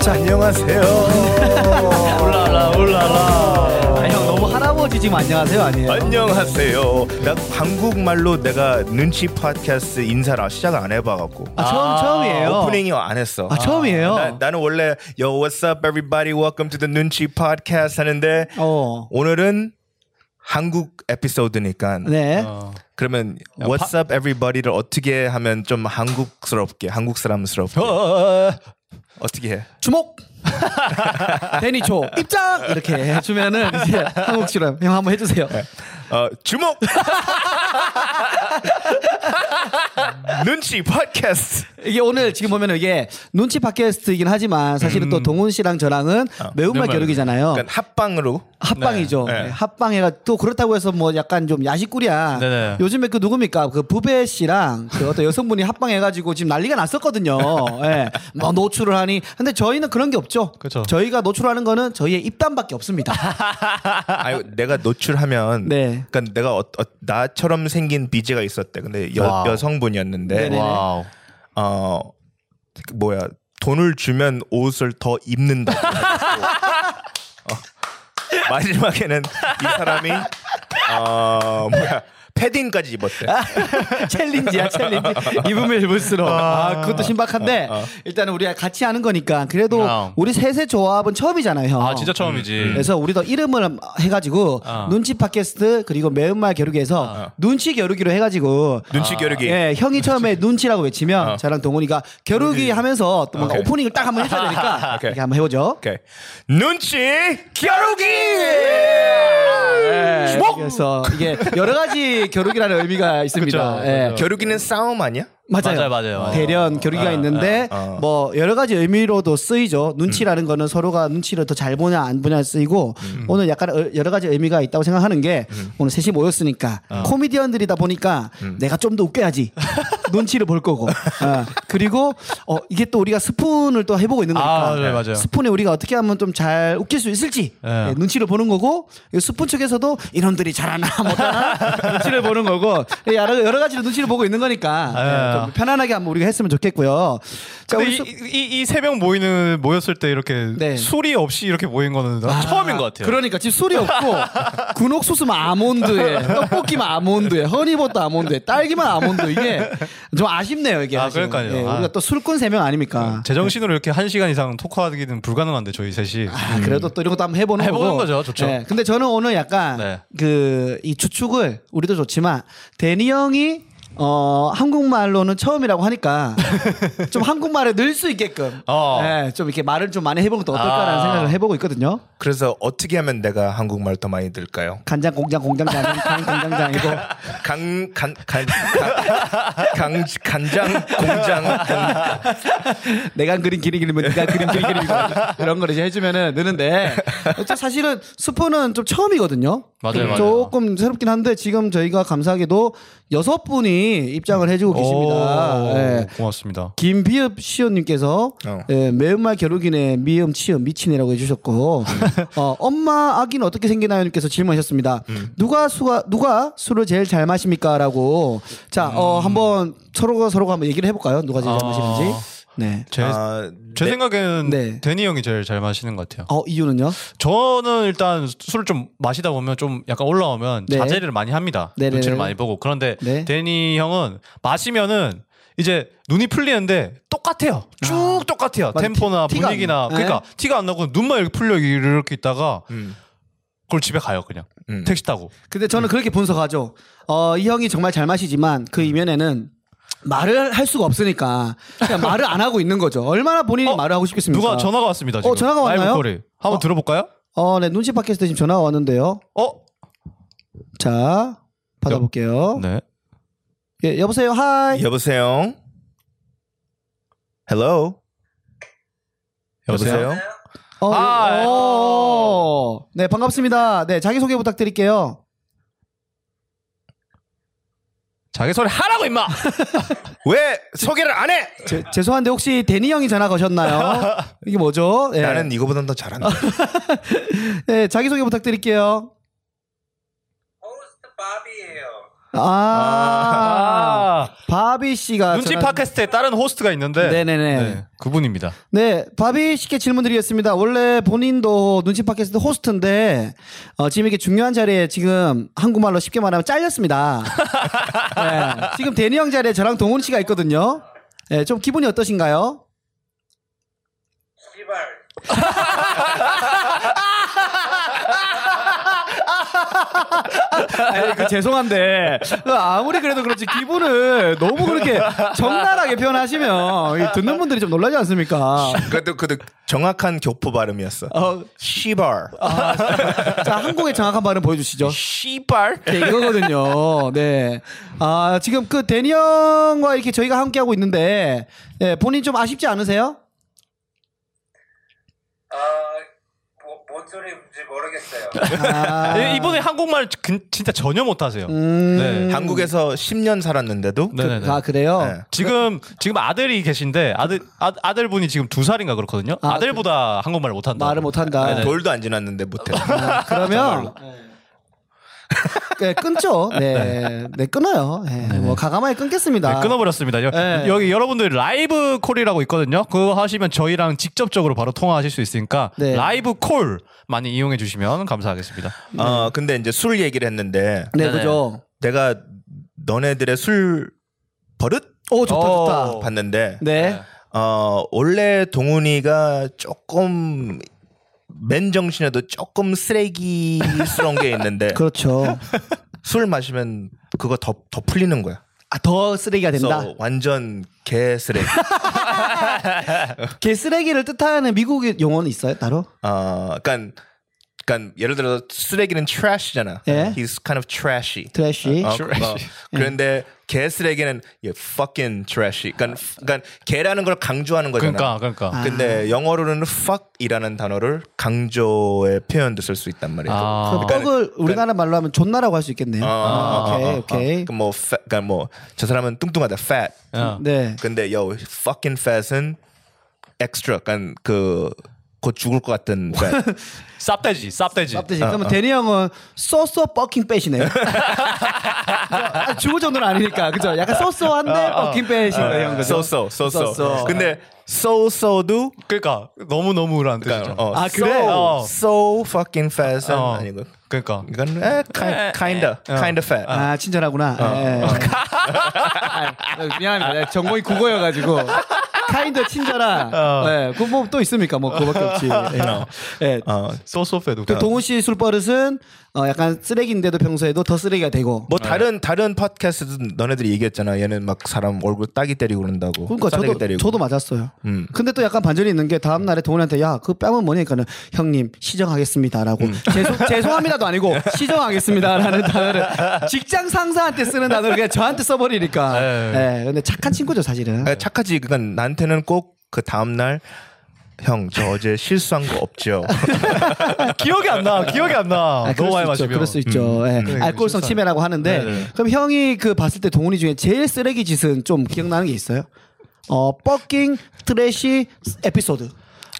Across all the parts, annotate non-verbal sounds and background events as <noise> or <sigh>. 자 안녕하세요. 올라라 올라라. 아니 형 너무 할아버지 지금 안녕하세요 아니에요? 안녕하세요. 나 한국말로 내가 눈치 팟캐스트 인사를 시작 안 해봐갖고 아, 처음 아, 처음이에요. 오프닝이 네. 안 했어. 아 처음이에요. 나, 나는 원래 Yo what's up everybody welcome to the 눈치 팟캐스트 하는데 어. 오늘은 한국 에피소드니까 네. 어. 그러면 What's up everybody를 어떻게 하면 좀 한국스럽게 한국 사람스럽게 어, 어떻게 해? 주목. 데니초 입장 이렇게 해주면은 이제 한국 실험 형 한번 해주세요. 어, 주목 <laughs> 눈치 팟캐스트 이게 오늘 지금 보면 이게 눈치 팟캐스트이긴 하지만 사실은 또 동훈 씨랑 저랑은 매운맛 매운맛. 겨루기잖아요. 그러니까 합방으로 합방이죠. 네. 네, 합방해가 또 그렇다고 해서 뭐 약간 좀 야식꾸리야. 네네. 요즘에 그 누굽니까 그 부배 씨랑 그 어떤 여성분이 합방해가지고 지금 난리가 났었거든요. 예. 막 노출을 하니. 근데 저희는 그런 게 없죠. 그쵸. 저희가 노출하는 거는 저희의 입담밖에 <laughs> 없습니다. 아유 내가 노출하면 네. 그러니까 내가 어, 어, 나처럼 생긴 BJ가 있었대 근데 여, 와우. 여성분이었는데 네네. 와우. 어 그 뭐야 돈을 주면 옷을 더 <laughs> 입는다. 어, 마지막에는 이 사람이 어 뭐야 패딩까지 입었대. 챌린지야 챌린지. 입으면 입을수록. 아 그것도 신박한데 일단은 우리가 같이 하는 거니까 그래도 아. 우리 셋의 조합은 처음이잖아요. 형. 아 진짜 처음이지. 그래서 우리도 이름을 해가지고 아. 어. 눈치 팟캐스트 그리고 매운말 겨루기에서 눈치 겨루기로 해가지고 눈치 겨루기. 어. 예, 형이 처음에 눈치라고 외치면 저랑 동훈이가 겨루기 하면서 또 뭔가 오케이. 오프닝을 딱 한번 해줘야 되니까 <laughs> 오케이. 이렇게 한번 해보죠. 오케이. 눈치 겨루기. 예. 주먹. 그래서 이게 여러 가지 겨루기라는 의미가 있습니다. 그쵸, 예. 그쵸. 겨루기는 싸움 아니야? 맞아요. 어. 맞아요, 맞아요. 맞아요. 대련 겨루기가 있는데 어. 뭐 여러 가지 의미로도 쓰이죠. 음. 눈치라는 거는 서로가 눈치를 더 잘 보냐 안 보냐 쓰이고 오늘 약간 어- 여러 가지 의미가 있다고 생각하는 게 음. 오늘 셋이 모였으니까 어. 코미디언들이다 보니까 내가 좀 더 <laughs> 웃겨야지 눈치를 볼 거고 어. 그리고 어, 이게 또 우리가 스푼을 또 해보고 있는 거니까 아, 네, 맞아요. 스푼에 우리가 어떻게 하면 좀 잘 웃길 수 있을지 네. 예, 눈치를 보는 거고 이 스푼 측에서도 이놈들이 잘하나 <laughs> 못하나 눈치를 보는 거고 여러, 여러 가지로 눈치를 보고 있는 거니까 아, 예, 좀 편안하게 한번 우리가 했으면 좋겠고요. 자 근데 우리 수- 이이세 명 모이는 모였을 때 이렇게 네. 술이 없이 이렇게 모인 거는 나 처음인 것 같아요. 그러니까 지금 술이 없고 <laughs> 군옥수수만 뭐 아몬드에 떡볶이만 뭐 아몬드에 허니버터 아몬드에 딸기만 뭐 아몬드 이게 좀 아쉽네요 이게. 아, 사실은. 그러니까요. 예, 우리가 아. 또 술꾼 세 명 아닙니까. 제정신으로 이렇게 한 시간 이상 토크하기는 불가능한데 저희 셋이. 아, 그래도 또 이런 것도 한번 해보는 음. 해보는 거고. 거죠. 좋죠. 예, 근데 저는 오늘 약간 네. 그 이 추측을 우리도 좋지만 데니 형이 어 한국말로는 처음이라고 <laughs> 하니까 좀 한국말에 늘 수 있게끔 어. 예, 좀 이렇게 말을 좀 많이 해보는 것도 어떨까라는 아. 생각을 해보고 있거든요. 그래서 어떻게 하면 내가 한국말 더 많이 들까요? 간장 공장 공장장 간 공장장이고 강간간강 간장 공장 공- 내가 그린 길이 길이면 네가 그린 길이 길이고 이런 걸 이제 해주면은 느는데 저 사실은 스푼은 좀 처음이거든요. 맞아요, 좀 맞아요. 조금 새롭긴 한데 지금 저희가 감사하게도 여섯 분이 입장을 해주고 계십니다. 오, 예. 고맙습니다. 김비읍 시온님께서 어. 예, 매운말 겨루기네 미음 치음 미친이라고 <laughs> 해주셨고 어, 엄마 아기는 어떻게 생기나요님께서 질문하셨습니다. 누가 수가 누가 술을 제일 잘 마십니까라고 자 어, 한번 서로가 서로가 한번 얘기를 해볼까요? 누가 제일 잘 아. 마시는지. 네. 제, 아, 제 생각에는 네. 데니 형이 제일 잘 마시는 것 같아요. 어 이유는요? 저는 일단 술을 좀 마시다 보면 좀 약간 올라오면 네. 자제를 많이 합니다. 네네네. 눈치를 많이 보고 그런데 네. 데니 형은 마시면은 이제 눈이 풀리는데 똑같아요. 쭉 똑같아요. 맞아. 템포나 티- 티가 분위기나 안 나. 네. 그러니까 티가 안 나고 눈만 이렇게 풀려 이렇게 있다가 음, 그걸 집에 가요 그냥 음. 택시 타고. 근데 저는 그렇게 분석하죠. 어, 이 형이 정말 잘 마시지만 그 이면에는 말을 할 수가 없으니까 그냥 말을 안 하고 있는 거죠. 얼마나 본인이 어? 말을 하고 싶겠습니까? 어, 누가 전화가 왔습니다. 지금. 그러니까. 전화가 라이브 왔나요? 거리. 한번 어. 들어볼까요? 어, 네 눈치 팟캐스트 지금 전화가 왔는데요. 어? 자 받아볼게요. 네. 예, 여보세요. 하이. 여보세요. Hello. 여보세요? 어, 하이. 오. 네 반갑습니다. 네 자기 소개 부탁드릴게요. 자기 소리 하라고 임마. 왜 소개를 안 해? 제, 죄송한데 혹시 데니 형이 전화 거셨나요? 이게 뭐죠? 예. 나는 이거보단 더 잘한다. 네 자기 소개 부탁드릴게요. 호스트 밥이에요. 아, <laughs> 아, 바비 씨가 눈치 전화- 팟캐스트에 다른 호스트가 있는데 네네네. 네, 그분입니다. 네, 바비 씨께 질문드리겠습니다. 원래 본인도 눈치 팟캐스트 호스트인데 어, 지금 이렇게 중요한 자리에 지금 한국말로 쉽게 말하면 잘렸습니다. 네, 지금 대니 형 자리에 저랑 동훈 씨가 있거든요. 네, 좀 기분이 어떠신가요? 아니, 그 죄송한데 그 아무리 그래도 그렇지 기분을 너무 그렇게 적나라하게 표현하시면 이 듣는 분들이 좀 놀라지 않습니까? 그래도 그래도 정확한 교포 발음이었어. 어, 시발. 자 한국의 정확한 발음 보여주시죠. 씨발. 네, 이거거든요. 네. 아 지금 그 대니 형과 이렇게 저희가 함께 하고 있는데 네, 본인 좀 아쉽지 않으세요? 아, 뭐, 뭔 소리인지 모르겠어요. 아, 예, 이분이 한국말 근- 진짜 전혀 못하세요. 음, 네. 한국에서 10년 살았는데도 네네네. 아 그래요? 네. 지금 지금 아들이 계신데 아들 아, 아들분이 지금 두 살인가 그렇거든요. 아, 아, 들보다 한국말 못한다. 말을 못한다. 돌도 안 지났는데 못해. 아, 그러면 네, 끊죠. 네, 네 끊어요. 네, 뭐 가감하게 끊겠습니다. 네, 끊어버렸습니다. 여, 네. 여기 여러분들 라이브 콜이라고 있거든요. 그거 하시면 저희랑 직접적으로 바로 통화하실 수 있으니까 네. 라이브 콜 많이 이용해 주시면 감사하겠습니다. 어 근데 이제 술 얘기를 했는데 네, 그죠. 내가 너네들의 술 버릇 어, 오 좋다 오. 좋다. 봤는데 네. 어 원래 동훈이가 조금 맨 정신에도 조금 쓰레기스러운 게 있는데 <laughs> 그렇죠. 술 마시면 그거 더 더 풀리는 거야. 아, 더 쓰레기가 된다. 그래서 완전 개 쓰레기. 개 쓰레기를 뜻하는 미국의 용어는 있어요 따로? 어, 그러니까 그러니까 예를 들어 서 쓰레기는 trash잖아. 예. He's kind of trashy. 트래쉬. 어, 어, 그런데 개 쓰레기는 y fucking trashy. 그러니까 그러니까 개라는 걸 강조하는 거잖아. 그러니까 그러니까. 아, 근데 영어로는 fuck이라는 단어를 강조의 표현도 쓸 수 있단 말이야. 아, 그 뻑을 우리나라 말로 하면 존나라고 할 수 있겠네요. 어, 어, 오케이 어, 어, 어. 오케이. 그러니까 뭐, fa- 그러니까 뭐저 사람은 뚱뚱하다, fat. 어. 네. 근데 yo fucking fat은 extra. 그러니까 그곧 죽을 것 같은 <laughs> fat. 쌉돼지 쌉돼지. 앞대지. 그러면 대니 형은 소소 버킹 빼시네요. 아, 죽을 정도는 아니니까 그죠? 약간 소소한데 버킹 빼신 거예요, 형 그죠? 소소 쏘쏘. 소소. 아, 근데 soso도 그러니까 너무 너무 우울한 그러니까 뜻이죠. 어, 아, 그래? so, 어. so fucking fat은 어. 아니고 그러니까. 이건 에, ki- kinda kinda fat. 아 친절하구나. 예. 아, 미안합니다. 내가 전공이 국어여가지고. 카인드 친절한. 예. 그뭐 또 있습니까? 뭐 그거밖에 없지. 예. 예. 어, 소소페도. 그 동훈 씨 술버릇은 어, 약간 쓰레기인데도 평소에도 더 쓰레기가 되고. 네. 뭐 다른 다른 팟캐스트 너네들이 얘기했잖아. 얘는 막 사람 얼굴 따기 때리고 그런다고. 그러니까 싸대기 저도 때리고. 저도 맞았어요. 음. 근데 또 약간 반전이 있는 게 다음 날에 동훈한테 야 그 뺨은 뭐냐니까는 형님 시정하겠습니다라고 죄송 죄송합니다도 아니고 시정하겠습니다라는 단어를 직장 상사한테 쓰는 단어를 그냥 저한테 써버리니까. 예. 근데 착한 친구죠 사실은. 아, 착하지. 그건 나한테는 꼭 그 다음 날. 형, 저 어제 실수한 거 없죠? <laughs> 기억이 안 나. 기억이 안 나. 아, 그럴 너무 수 많이 있죠. 마시면. 그럴 수 있죠. 예. 알코올성 치매라고 하는데 그럼 형이 그 봤을 때 동훈이 중에 제일 쓰레기 짓은 좀 기억나는 게 있어요? 어, 버킹 트래시 에피소드.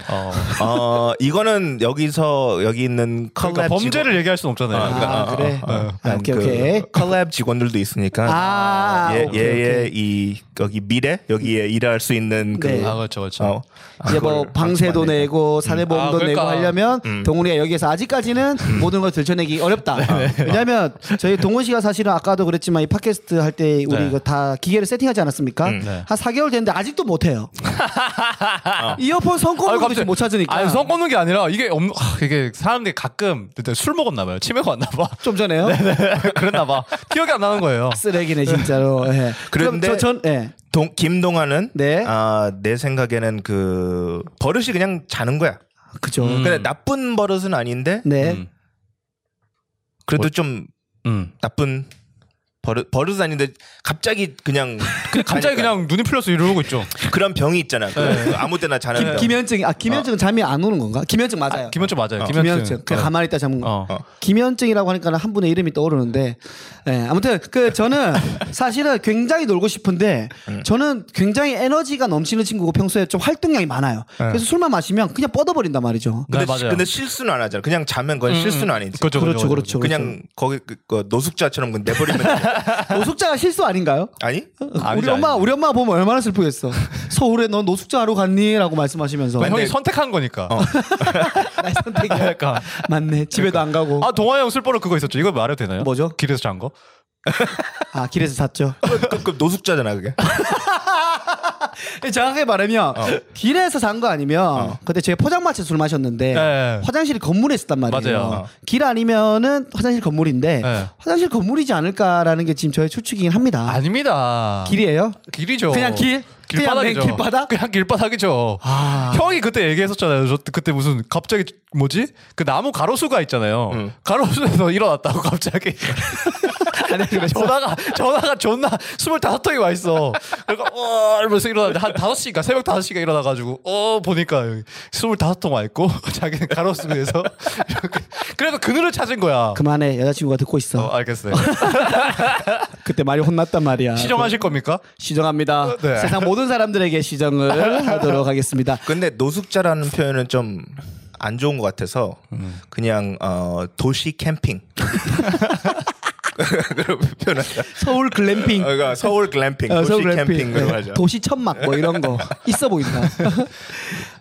어. 어, 이거는 여기서 여기 있는 컬랩 그러니까 범죄를 네. 얘기할 수는 없잖아요. 직원, 그러니까. 아, 그래? 아, 오케이, 오케이. 컬랩 직원들도 있으니까 아, 예, 오케이, 음. 예, 예, 이 여기 미래 여기에 일할 수 있는 그 네. 아, 그렇죠, 그렇죠. 어, 이제 뭐 그걸 방세도 방금 안 내고 사내보험도 아, 그러니까. 내고 하려면 동훈이가 여기에서 아직까지는 모든 걸 들춰내기 어렵다. 왜냐하면 저희 동훈 씨가 사실은 아까도 그랬지만 이 팟캐스트 할 때 우리 네. 이거 다 기계를 세팅하지 않았습니까? 네. 한 4개월 됐는데 아직도 못해요. <laughs> 이어폰 성공을 갑자기- 못 찾으니까. 아니 성 꽂는 게 아니라 이게 없, 아, 이게 사람들이 가끔 그때 술 먹었나 봐요. 치매가 왔나 봐. <laughs> 좀 전에요. 네. 그랬나 봐. 기억이 안 나는 거예요. 쓰레기네 진짜로. 예. 그럼 그런데- 저 전 예. 동, 김동아는 네. 아, 내 생각에는 그 버릇이 그냥 자는 거야. 아, 그죠. 근데 나쁜 버릇은 아닌데 네. 음. 뭐- 그래도 좀 음. 나쁜 버릇 버릇은 아닌데 갑자기 그냥 <laughs> 갑자기 자니까. 그냥 네. 눈이 풀려서 이러고 있죠. 그런 병이 있잖아. 그 아무 때나 자는 병. 김현증 아 김현증 은 잠이 안 오는 건가? 김현증 맞아요. 김현준 맞아요. 김현증. 김현준. 그냥 가만히 있다 잠은 거. 어. 김현증이라고 하니까 한 분의 이름이 떠오르는데 예, 아무튼 그 저는 <laughs> 사실은 굉장히 놀고 싶은데 음. 저는 굉장히 에너지가 넘치는 친구고 평소에 좀 활동량이 많아요. 예. 그래서 술만 마시면 그냥 뻗어버린단 말이죠. 근데, 네, 맞아요. 음, 근데 실수는 안 하잖아. 그냥 자면 그건 실수는 아니지. 그렇죠, 그렇죠, 그렇죠. 그렇죠. <laughs> 그냥 거기 그, 그 노숙자처럼 그냥 내버리면 돼. 노숙자가 실수 아닌가요? 아니? 아니지, 우리 엄마 아니지. 우리 엄마 보면 얼마나 <laughs> 슬프겠어. 서울에 넌 노숙자 하러 갔니라고 말씀하시면서 아, 근데- 형이 <laughs> 선택한 거니까. 나의 선택이야. 그러니까. 맞네. 집에도 안 가고. 아 동아 형 쓸 뻔한 그거 있었죠. 이거 말해도 되나요? 뭐죠? 길에서 잔 거? 아 길에서 샀죠. 그, 그 노숙자잖아 그게. 어. 정확하게 말하면 길에서 산 거 아니면 그때 제가 포장마차 술 마셨는데 네. 화장실이 건물에 있었단 말이에요. 맞아요. 어. 길 아니면은 화장실 건물인데 네. 화장실 건물이지 않을까라는 게 지금 저의 추측이긴 합니다. 아닙니다. 길이에요? 길이죠. 그냥 길? 그냥 길바닥이죠. 맨 길바닥? 그냥 길바닥이죠. 아. 형이 그때 얘기했었잖아요. 저 그때 무슨 갑자기 뭐지? 그 나무 가로수가 있잖아요. 가로수에서 일어났다고 <laughs> 갑자기. 전화가 전화가 존나 스물다섯 통이 와 있어. 그러니까 어 이러면서 일어났는데 한 다섯 시가 새벽 다섯 시가 일어나가지고 어 보니까 스물다섯 통 와 있고 <laughs> 자기는 가로수에서 <laughs> 그래서 그늘을 찾은 거야. 그만해 여자친구가 듣고 있어. 어, 알겠어요. 그때 많이 혼났단 말이야. 시정하실 겁니까? 시정합니다. 네. 세상 모든 사람들에게 시정을 하도록 하겠습니다. 근데 노숙자라는 표현은 좀 안 좋은 것 같아서 음. 그냥 어, 도시 <laughs> 캠핑. <laughs> 그런 표현한다. 서울 글램핑. 어, 그러니까 서울 글램핑, 어, 도시 서울 글램핑. 캠핑으로 네. 하죠. 도시 천막 뭐 이런 거 있어 보인다. <laughs>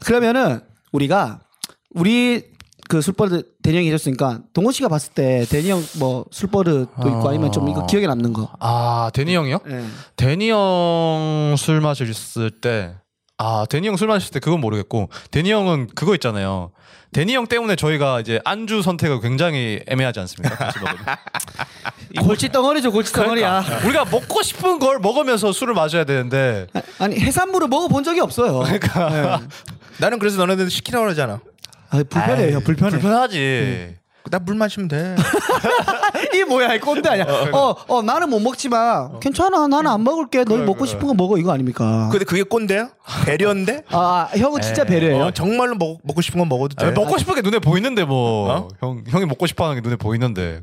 그러면은 우리가 우리 그 술버릇 대령이 해줬으니까 동호 씨가 봤을 때 대령 뭐 술버릇도 있고 아니면 좀 이거 기억에 남는 거. 아 데니 형이요? 예. 데니 형 술 마셨을 때, 아, 데니 형 술 마셨을 때 그건 모르겠고, 데니 형은 그거 있잖아요. 데니 형 때문에 저희가 이제 안주 선택을 굉장히 애매하지 <laughs> 않습니까? 같이 먹으면. 골치 덩어리죠 골치 덩어리야. 그러니까 우리가 먹고 싶은 걸 먹으면서 술을 마셔야 되는데, 아, 아니 해산물을 먹어본 적이 없어요. 그러니까. 나는 그래서 너네들 시키라고 하잖아. 아, 불편해요 불편해. 네. 불편하지. 나 물 마시면 돼. 이 뭐야 이 꼰대 아니야. 어어 나는 못 먹지만 괜찮아 나는 안 먹을게. 너희 먹고 싶은 거 먹어 이거 아닙니까? <laughs> 근데 그게 꼰대야? 배려인데? 아 형은 진짜 배려해요. 어, 정말로 먹, 먹고 싶은 건 먹어도 돼. 아니, 먹고 싶은 게 눈에 보이는데 뭐, 어? 형, 형이 먹고 싶어 하는 게 눈에 보이는데.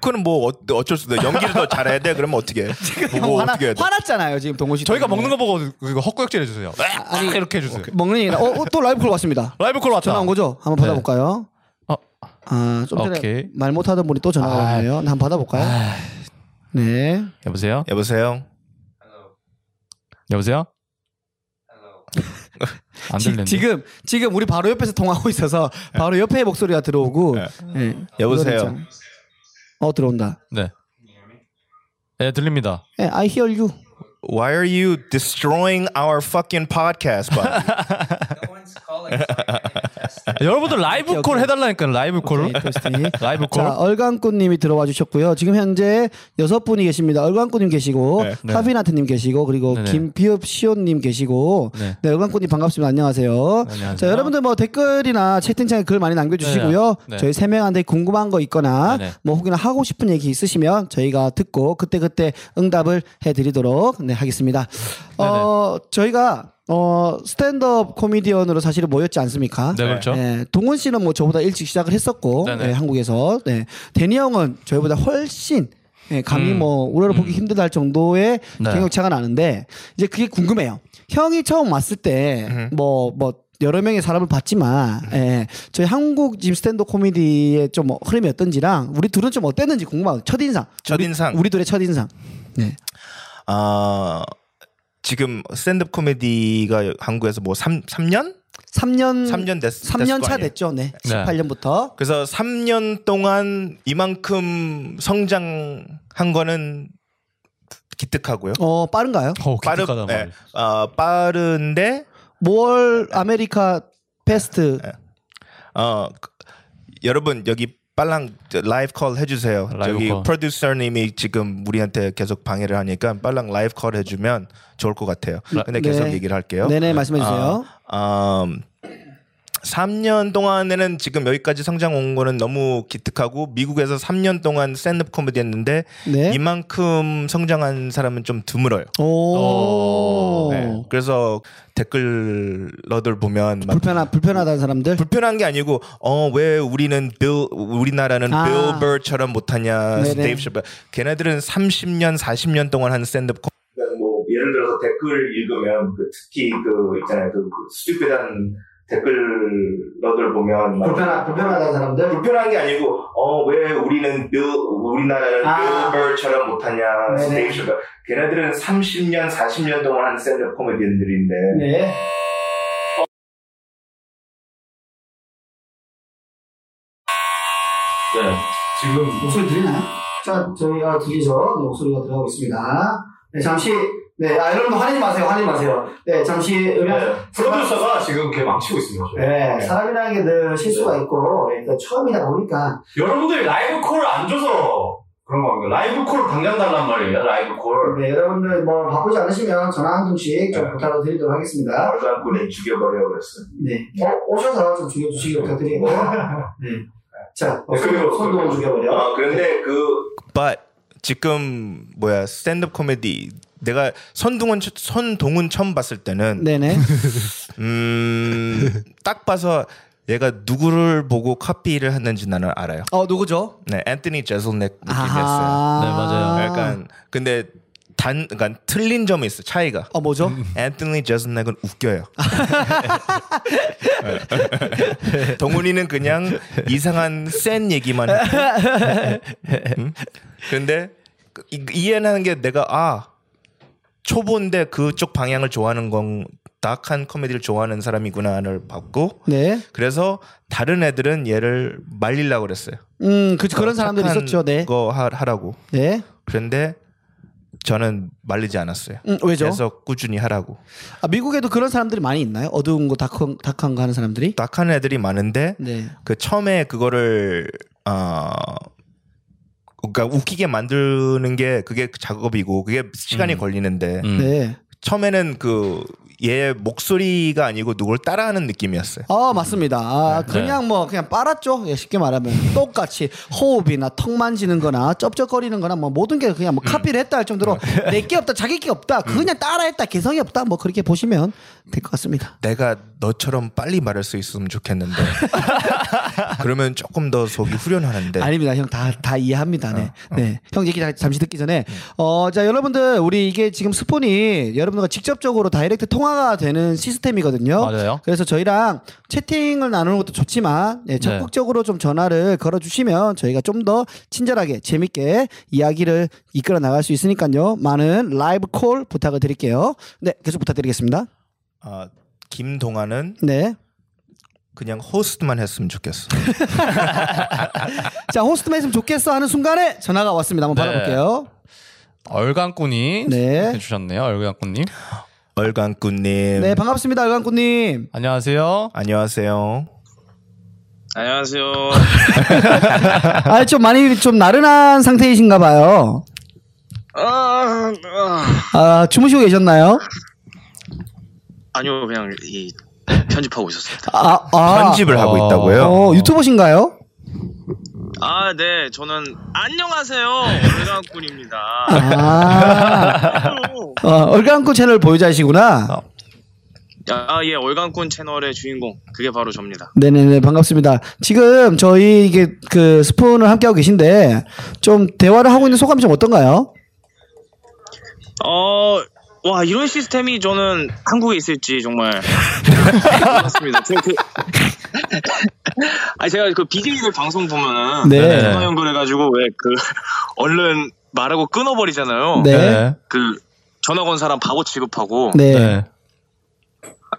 그건 뭐 어, 어쩔 수도 연기를 더 잘해야 돼. 그러면 어떻게 <laughs> 해? 형 뭐 화나, 어떻게 해야 돼? 화났잖아요 지금 동호 씨. 저희가 때문에. 먹는 거 보고 그거 그 헛구역질 해주세요. 네, 아니, 이렇게 해주세요. 먹는 얘기라. 어, 어, 또 라이브 콜 왔습니다. 라이브 콜 왔다. 전화 온 거죠? 한번 받아볼까요? 어. 아, 좀 전에 오케이. 말 못하던 분이 또 전화가 아. 왔네요. 한번 받아볼까요? 네. 여보세요? 여보세요. 여보세요? <laughs> 안 지, 들리는데. 지금 지금 우리 바로 옆에서 통하고 있어서 바로 옆에 목소리가 들어오고. 네. 예. 여보세요? 그러니까. 어 들어온다. 네. 네 들립니다. 예, I hear you. Why are you destroying our fucking podcast? <laughs> Bob? No one's calling. so I can't attest. 아, 여러분들 라이브 아, 오케이, 콜 오케이. 해달라니까 라이브 콜. 오케이, 토스티. <laughs> <laughs> 라이브 콜. 자, 어, 얼간꾼님이 들어와 주셨고요. 지금 현재 여섯 분이 계십니다. 얼간꾼님 계시고, 네. 네. 카피나트님 계시고, 그리고 네네. 김피읍 시온님 계시고, 네. 네, 얼간꾼님 반갑습니다. 안녕하세요. 안녕하세요. 자, 여러분들 뭐 댓글이나 채팅창에 글 많이 남겨주시고요. 네. 네. 저희 세 명한테 궁금한 거 있거나, 네네. 뭐 혹이나 하고 싶은 얘기 있으시면 저희가 듣고 그때그때 응답을 해드리도록 네, 하겠습니다. 어, 저희가 어 스탠드업 코미디언으로 사실은 모였지 않습니까? 네, 그렇죠. 네, 동훈 씨는 뭐 저보다 일찍 시작을 했었고 네네. 네, 한국에서 네. 데니 형은 저희보다 훨씬 예, 감히 음. 뭐 우러러 보기 힘들다 할 정도의 네. 경력 차가 나는데 이제 그게 궁금해요. 형이 처음 왔을 때 뭐 뭐 여러 명의 사람을 봤지만 음. 예, 저희 한국 짐 스탠드 코미디의 좀 흐름이 어떤지랑 우리 둘은 좀 어땠는지 궁금하고 첫 인상. 첫인상. 우리 둘의 첫 인상. 네. 아 지금 스탠드업 코미디가 한국에서 뭐 3, 삼년 3년 3년 됐, 됐을 음, 3년 거 차 아니에요. 됐죠. 네. 네. 18년부터 그래서 3년 동안 이만큼 성장한 거는 기특하고요. 어 빠른가요? 어, 기특하다 예. 말. 아, 빠른데 뭘 아메리카 페스트 어 그- 여러분 여기 빨랑 저 라이브 콜 해주세요. 라이브 저기 콜. 프로듀서님이 지금 우리한테 계속 방해를 하니까 빨랑 라이브 콜 해주면 좋을 것 같아요. 라- 근데 계속 네. 얘기를 할게요. 네네 말씀해 주세요. 아, 음, 3년 동안에는 지금 여기까지 성장 온 거는 너무 기특하고 미국에서 3년 동안 스탠드업 코미디 했는데 네. 이만큼 성장한 사람은 좀 드물어요. 오. 네. 그래서 댓글러들 보면 막 불편하 불편하다는 사람들. 불편한 게 아니고 어 왜 우리는 빌 우리나라는 아. 빌 버처럼 못하냐 네네. 스테이브 셔 걔네들은 30년 40년 동안 한 스탠드업 코- 그러니까 뭐 예를 들어서 댓글을 읽으면 그 특히 그 있잖아요 그 스튜피드한 댓글러들 보면 막 불편하, 불편하다는 사람들? 불편한 게 아니고 어 왜 우리는 뉴 우리나라를 아. 뉴벌처럼 못하냐 네네. 스테이션가 걔네들은 30년 40년 동안 한 셀럽 코미디언들인데 네. 지금 목소리 들리나요? 자, 저희가 들리죠? 네, 목소리가 들어가고 있습니다. 네, 잠시, 네, 아, 여러분 화내지 마세요, 화내지 마세요. 네, 잠시 음향, 프로듀서가 지금 걔 망치고 있습니다. 저희. 네, 사람이라는 게 늘 실수가 있고, 그러니까 처음이다 보니까, 여러분들이 라이브 콜을 안 줘서 그런 겁니다. 라이브 콜 당장 달란 말이에요. 라이브 콜. 네, 여러분들 뭐 바쁘지 않으시면 전화 한 통씩 좀 네. 부탁을 드리도록 하겠습니다. 얼간꾼에 죽여버려 그랬어 네. 어, 오셔서 좀 죽여주시기 부탁드리고. 네. 네. 자, 어, 손- 손도 죽여버려. 어 그런데 그 but 지금 뭐야 스탠드업 코미디 내가 선동은 처- 선동은 처음 봤을 때는 네네. 음, 딱 봐서 얘가 누구를 보고 카피를 했는지 나는 알아요. 어 누구죠? 네, 앤토니 제슬넥 느낌이었어요. 아하. 네, 맞아요. 약간 근데 단, 그러니까 틀린 점이 있어 차이가. 어 뭐죠? 앤토니 제슬넥은 웃겨요. <laughs> 동훈이는 그냥 이상한 센 얘기만. 해. 음? 근데 그 이- 이해하는 게 내가 아 초보인데 그쪽 방향을 좋아하는 건 다크한 코미디를 좋아하는 사람이구나를 봤고 네. 그래서 다른 애들은 얘를 말리려고 그랬어요. 음, 그 그런 사람들 이 착한 있었죠. 네. 거 하, 하라고. 네. 그런데 저는 말리지 않았어요. 음, 왜죠? 계속 꾸준히 하라고. 아, 미국에도 그런 사람들이 많이 있나요? 어두운 거 다크 다크한 거 하는 사람들이? 딱한 애들이 많은데 네. 그 처음에 그거를 아 그러니까 웃기게 만드는 게 그게 작업이고 그게 음. 시간이 걸리는데 네. 처음에는 그 얘 목소리가 아니고 누굴 따라하는 느낌이었어요. 아 맞습니다. 아, 그냥 뭐 그냥 빨았죠. 예, 쉽게 말하면 똑같이 호흡이나 턱 만지는거나 쩝쩝거리는거나 뭐 모든 게 그냥 뭐 카피를 했다 할 정도로 내 게 없다, 자기 게 없다, 그냥 따라했다, 개성이 없다, 뭐 그렇게 보시면 될 것 같습니다. 내가 너처럼 빨리 말할 수 있으면 <laughs> 좋겠는데 그러면 조금 더 속이 후련하는데 네. 아닙니다, 형 다 다 이해합니다. 어, 네, 네. 형 얘기 다- 잠시 듣기 전에 어, 자 여러분들 우리 이게 지금 스폰이 여러분들과 직접적으로 다이렉트 통화가 되는 시스템이거든요. 맞아요. 그래서 저희랑 채팅을 나누는 것도 좋지만 네. 예, 적극적으로 좀 전화를 걸어주시면 저희가 좀 더 친절하게 재밌게 이야기를 이끌어 나갈 수 있으니까요. 많은 라이브 콜 부탁을 드릴게요. 네, 계속 부탁드리겠습니다. 아, 김동아는 네. 그냥 호스트만 했으면 좋겠어. 자, 호스트만 했으면 좋겠어 하는 순간에 전화가 왔습니다. 한번 네. 받아볼게요. 얼간꾼이 네. 해주셨네요. 얼간꾼님. 얼간꾼님 네, 반갑습니다. 얼간꾼님. 안녕하세요. 안녕하세요. 안녕하세요. 아, 좀 많이 좀 나른한 상태이신가 봐요. 아, 아. 아, 주무시고 계셨나요? 아니요, 그냥 이 편집하고 있었습니다. 아, 아. 편집을 하고 어. 있다고요. 어, 유튜버신가요? 아, 네, 저는 안녕하세요, <laughs> 외곽군입니다. <laughs> 아. 어, 얼간꾼 채널 보유자이시구나. 아, 예, 월간꾼 채널의 주인공 그게 바로 접니다. 네네네 반갑습니다. 지금 저희 이게 그 스푼을 함께 하고 계신데 좀 대화를 하고 있는 소감이 좀 어떤가요? 어, 와 이런 시스템이 저는 한국에 있을지 <laughs> 정말 몰랐습니다. 제가 그, <laughs> 아니 제가 그 BJ들 방송 보면은 네. 전화 연결해가지고 왜 그 <laughs> 얼른 말하고 끊어버리잖아요. 네. 그 전화 건 사람 바보 취급하고 네. 네.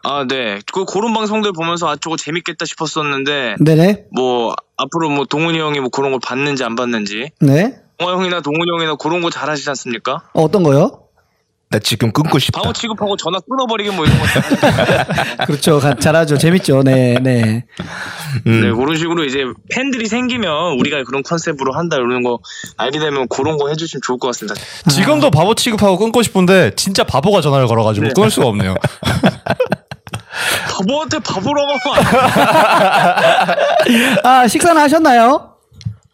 아, 네. 그 그런 방송들 보면서 아 저거 재밌겠다 싶었었는데 네네. 뭐 앞으로 뭐 동훈이 형이 뭐 그런 걸 봤는지 안 봤는지 네. 동호 형이나 동훈이 형이나 그런 거 잘하시지 않습니까? 어, 어떤 거요? 나 지금 끊고 싶다. 바보 취급하고 전화 끊어버리긴 뭐 이런 거. 잘하시지 그렇죠. 가- 잘하죠. 재밌죠. 네, 네. 음. 네, 그런 식으로 이제 팬들이 생기면 우리가 그런 컨셉으로 한다 이런 거 알게 되면 그런 거 해주시면 좋을 것 같습니다. 아. 지금도 바보 취급하고 끊고 싶은데 진짜 바보가 전화를 걸어가지고 끊을 수가 <laughs> 없네요. 바보한테 바보라고 하면 <laughs> 안 돼. 아, 식사는 하셨나요?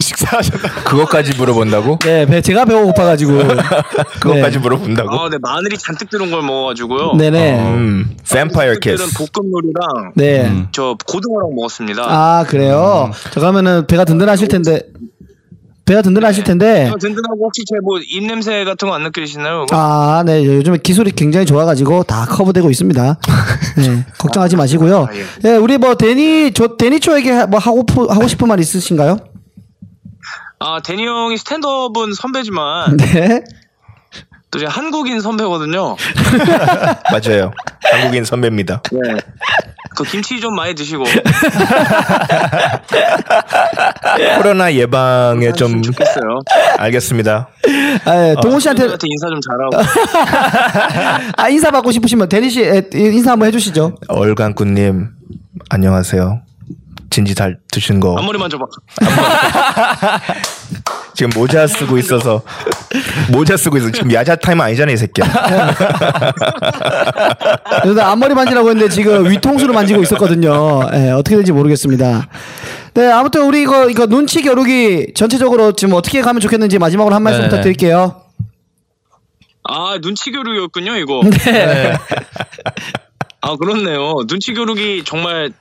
식사하셨나? 그것까지 물어본다고? 네, 배- 제가 배고파 가지고. <laughs> 그것까지 물어본다고? 아, 네, 마늘이 잔뜩 들은 걸 먹어가지고요. 네, 네. 음, 뱀파이어 아, 그때는 키스. 볶음물이랑 네. 저 고등어랑 먹었습니다. 음. 아, 그래요. 저 가면은 배가 든든하실 텐데. 배가 든든하실 텐데 어, 든든하고 혹시 제 뭐 입냄새 같은 거 안 느끼시나요? 네. 아, 네. 요즘에 기술이 굉장히 좋아가지고 다 커버되고 있습니다. <laughs> 네, 걱정하지 마시고요. 아, 예. 네, 우리 뭐 데니 저 데니초에게 하- 뭐 하고 포- 하고 싶은 말 있으신가요? <laughs> 아 데니 형이 스탠드업은 선배지만 네. 또 이제 한국인 선배거든요. 맞아요. 한국인 선배입니다. 네. 그 김치 좀 <laughs> 많이 드시고 네. 코로나 예방에 아, 좀 좋겠어요. 알겠습니다. 아, 예, 동호 씨한테 한테 인사 좀 잘하고. 아 인사 받고 싶으시면 데니 씨 예, 인사 한번 해주시죠. 얼간꾼님 안녕하세요. 진지 잘 드신 거 앞머리만 줘봐. 지금 모자 쓰고 <laughs> 있어서 모자 쓰고 있어 지금 야자 타임 아니잖아요 이 새끼야. 그래서 앞머리 만지라고 했는데 지금 위통수로 만지고 있었거든요. 예, 어떻게 될지 모르겠습니다. 네, 아무튼 우리 이거 이거 눈치 겨루기 전체적으로 지금 어떻게 가면 좋겠는지 마지막으로 한 말씀 네. 부탁드릴게요. 아 눈치 교류였군요 네. 이거. 아 그렇네요. 눈치 교류기 정말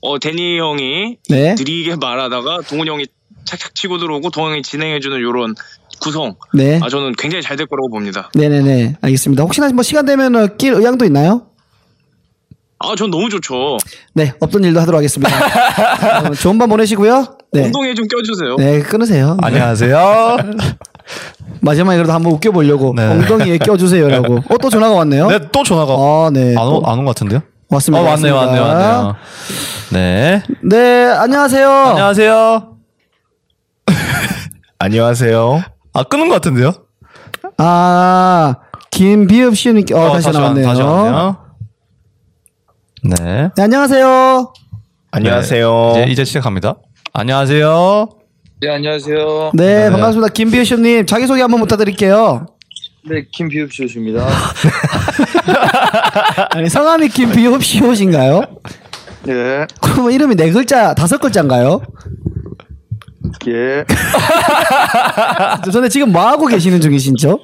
어 데니 형이 네. 느리게 말하다가 동훈 형이 착착 치고 들어오고 동훈 형이 진행해주는 요런 구성. 네. 아 저는 굉장히 잘 될 거라고 봅니다. 네네네 알겠습니다. 혹시나 뭐 시간 되면 낄 의향도 있나요? 아 전 너무 좋죠. 네 없던 일도 하도록 하겠습니다. 어, 좋은 밤 보내시고요. 네. 운동에 좀 껴주세요. 네 끊으세요. 아. 안녕하세요. 어? 마지막에 그래도 한번 웃겨보려고 네. 엉덩이에 껴주세요라고. 어 또 전화가 왔네요. 네, 또 전화가 아 네. 안 오- 안온 것 같은데요? 왔습니다, 어, 왔네요, 왔습니다. 왔네요, 왔네요. 네. 네 안녕하세요. 안녕하세요. 안녕하세요. 아 끊은 것 같은데요? 아 김비읍 씨님께 어, 다시, 왔- 나왔네요. 다시 왔네요. 네. 네, 안녕하세요. 안녕하세요. 이제, 이제 시작합니다. 안녕하세요. 네 안녕하세요. 네, 네. 반갑습니다. 김비읍 씨님 자기 소개 한번 부탁드릴게요. 네 김비읍 씨입니다. 아니 성함이 김비읍 씨옷인가요? 예 그럼 이름이 네 글자 다섯 글자인가요? 예. 근데 지금 뭐 하고 계시는 중이신죠?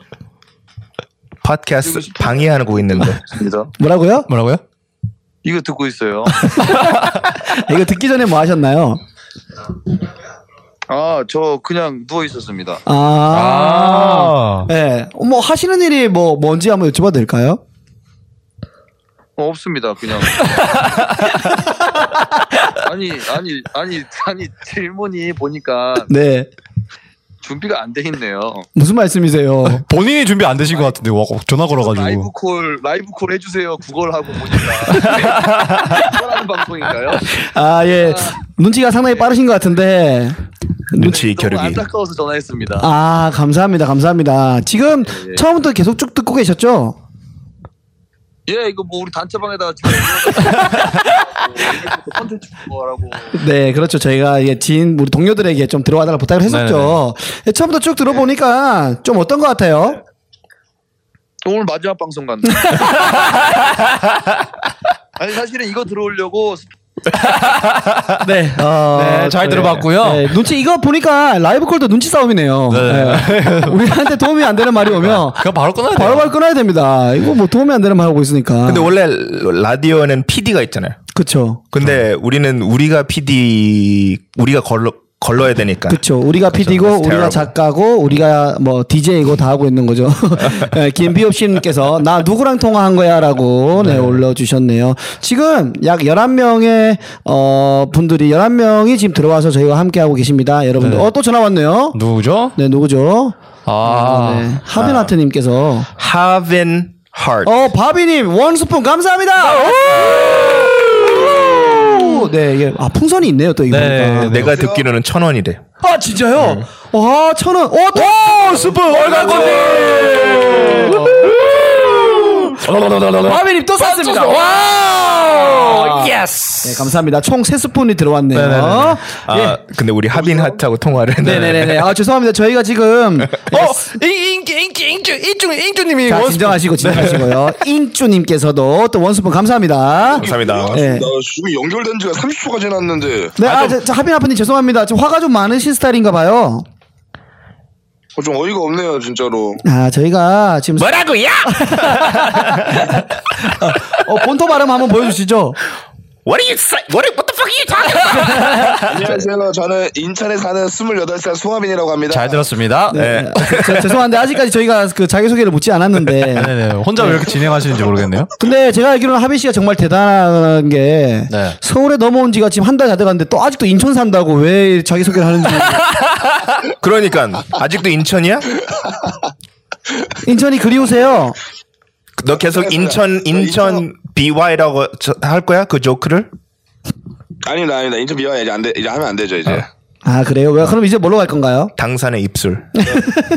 팟캐스트 방해하고 <laughs> 있는데 입니다. 뭐라고요? 뭐라고요? 이거 듣고 있어요. 이거 듣기 전에 뭐 하셨나요? 아 저 그냥 누워 있었습니다. 아, 아. 네. 뭐 하시는 일이 뭐 뭔지 한번 여쭤봐도 될까요? 어, 없습니다 <laughs> 그냥. 아니 아니 아니 아니 질문이 보니까 네. 준비가 안 돼 있네요. 무슨 말씀이세요? 본인이 준비 안 되신 것 같은데 와, 전화 라이브 걸어가지고. 콜 라이브 콜 해주세요. 구걸 하고 보니까 <laughs> 구걸하는 방송인가요? 아, 예. 눈치가 상당히 빠르신 것 같은데. 눈치 너무 겨루기. 안타까워서 전화했습니다. 아, 감사합니다. 감사합니다. 지금 처음부터 계속 쭉 듣고 계셨죠? 예, 이거 뭐 우리 단체방에다가 <laughs> 지금 컨텐츠 거라고. 네, 그렇죠. 저희가 예, 지인, 우리 동료들에게 좀 들어와달라 부탁을 했었죠. 예, 처음부터 쭉 들어보니까 좀 어떤 것 같아요? 오늘 마지막 방송 간다. 아니 사실은 이거 들어오려고 네, 어, 네, 잘 들어봤고요. 네, 눈치 이거 보니까 라이브 콜도 눈치 싸움이네요. 네. 우리한테 도움이 안 되는 말이 오면 그냥 바로 끊어야 돼요. 바로바로 끊어야 됩니다. 이거 뭐 도움이 안 되는 말 하고 있으니까. 근데 원래 라디오는 PD가 있잖아요. 그쵸, 근데 우리는 우리가 PD 우리가 걸러 걸러야 되니까. 그쵸. 우리가 PD고 우리가 terrible. 작가고 우리가 뭐 DJ고 다 하고 있는 거죠. <laughs> 네, 김비옵 씨님께서 나 누구랑 통화한 거야라고 네, 올려주셨네요. 지금 약 11명의 어 분들이 11명이 지금 들어와서 저희와 함께 하고 계십니다. 여러분들 어 또 전화 왔네요. 누구죠? 네, 누구죠? 아. 네. 하빈하트님께서 Haven Heart. 어 바비님 원 스푼 감사합니다. 오! 네, 이게 아 풍선이 있네요 또 이거. 네, 보니까. 네, 네. 내가 듣기로는 천 원이래. 아 진짜요? 와 천원. 어, 오 또. 스프 월간권님. 바비님 또 샀습니다. 와우! 예스. 네 감사합니다. 총 세 스푼이 들어왔네요. 네, 네, 네. 아 근데 우리 하빈 하트하고 통화를 네, 했는데 네, 네, 네. 아 죄송합니다. 저희가 지금 어, 이- 인기 인기 인기 인중 인중님이 자, 원 진정하시고 진정하시고요. 인쭈님께서도 또 원스푼 감사합니다. 감사합니다. 네. 지금 어, 연결된 지가 30초가 지났는데 네, 아, 저, 저 하빈 아프님 죄송합니다. 지금 화가 좀 많으신 스타일인가 봐요. 어, 좀 어이가 없네요 진짜로 아, 저희가 지금 뭐라고요? 어, 본토 발음 한번 보여주시죠. What are you say? What are- what the fuck are you talking <laughs> about? 안녕하세요. 저는 인천에 사는 28살 송하빈이라고 합니다. 잘 들었습니다. 네. 아, 저- 죄송한데 아직까지 저희가 그 자기소개를 묻지 않았는데 네네. 혼자 왜 이렇게 진행하시는지 모르겠네요. 근데 제가 알기로는 하빈 씨가 정말 대단한 게 네. 서울에 넘어온 지가 지금 한 달 다 돼가는데 또 아직도 인천 산다고 왜 자기소개를 하는지 그러니까 아직도 인천이야? 인천이 그리우세요 너 계속 인천 인천 BY라고 할 거야? 그 조크를? 아닙니다, 아닙니다. 인천 비와야 이제 안 돼, 이제 하면 안 되죠, 이제. 아 그래요? 왜 그럼 이제 뭘로 갈 건가요? 당산의 입술.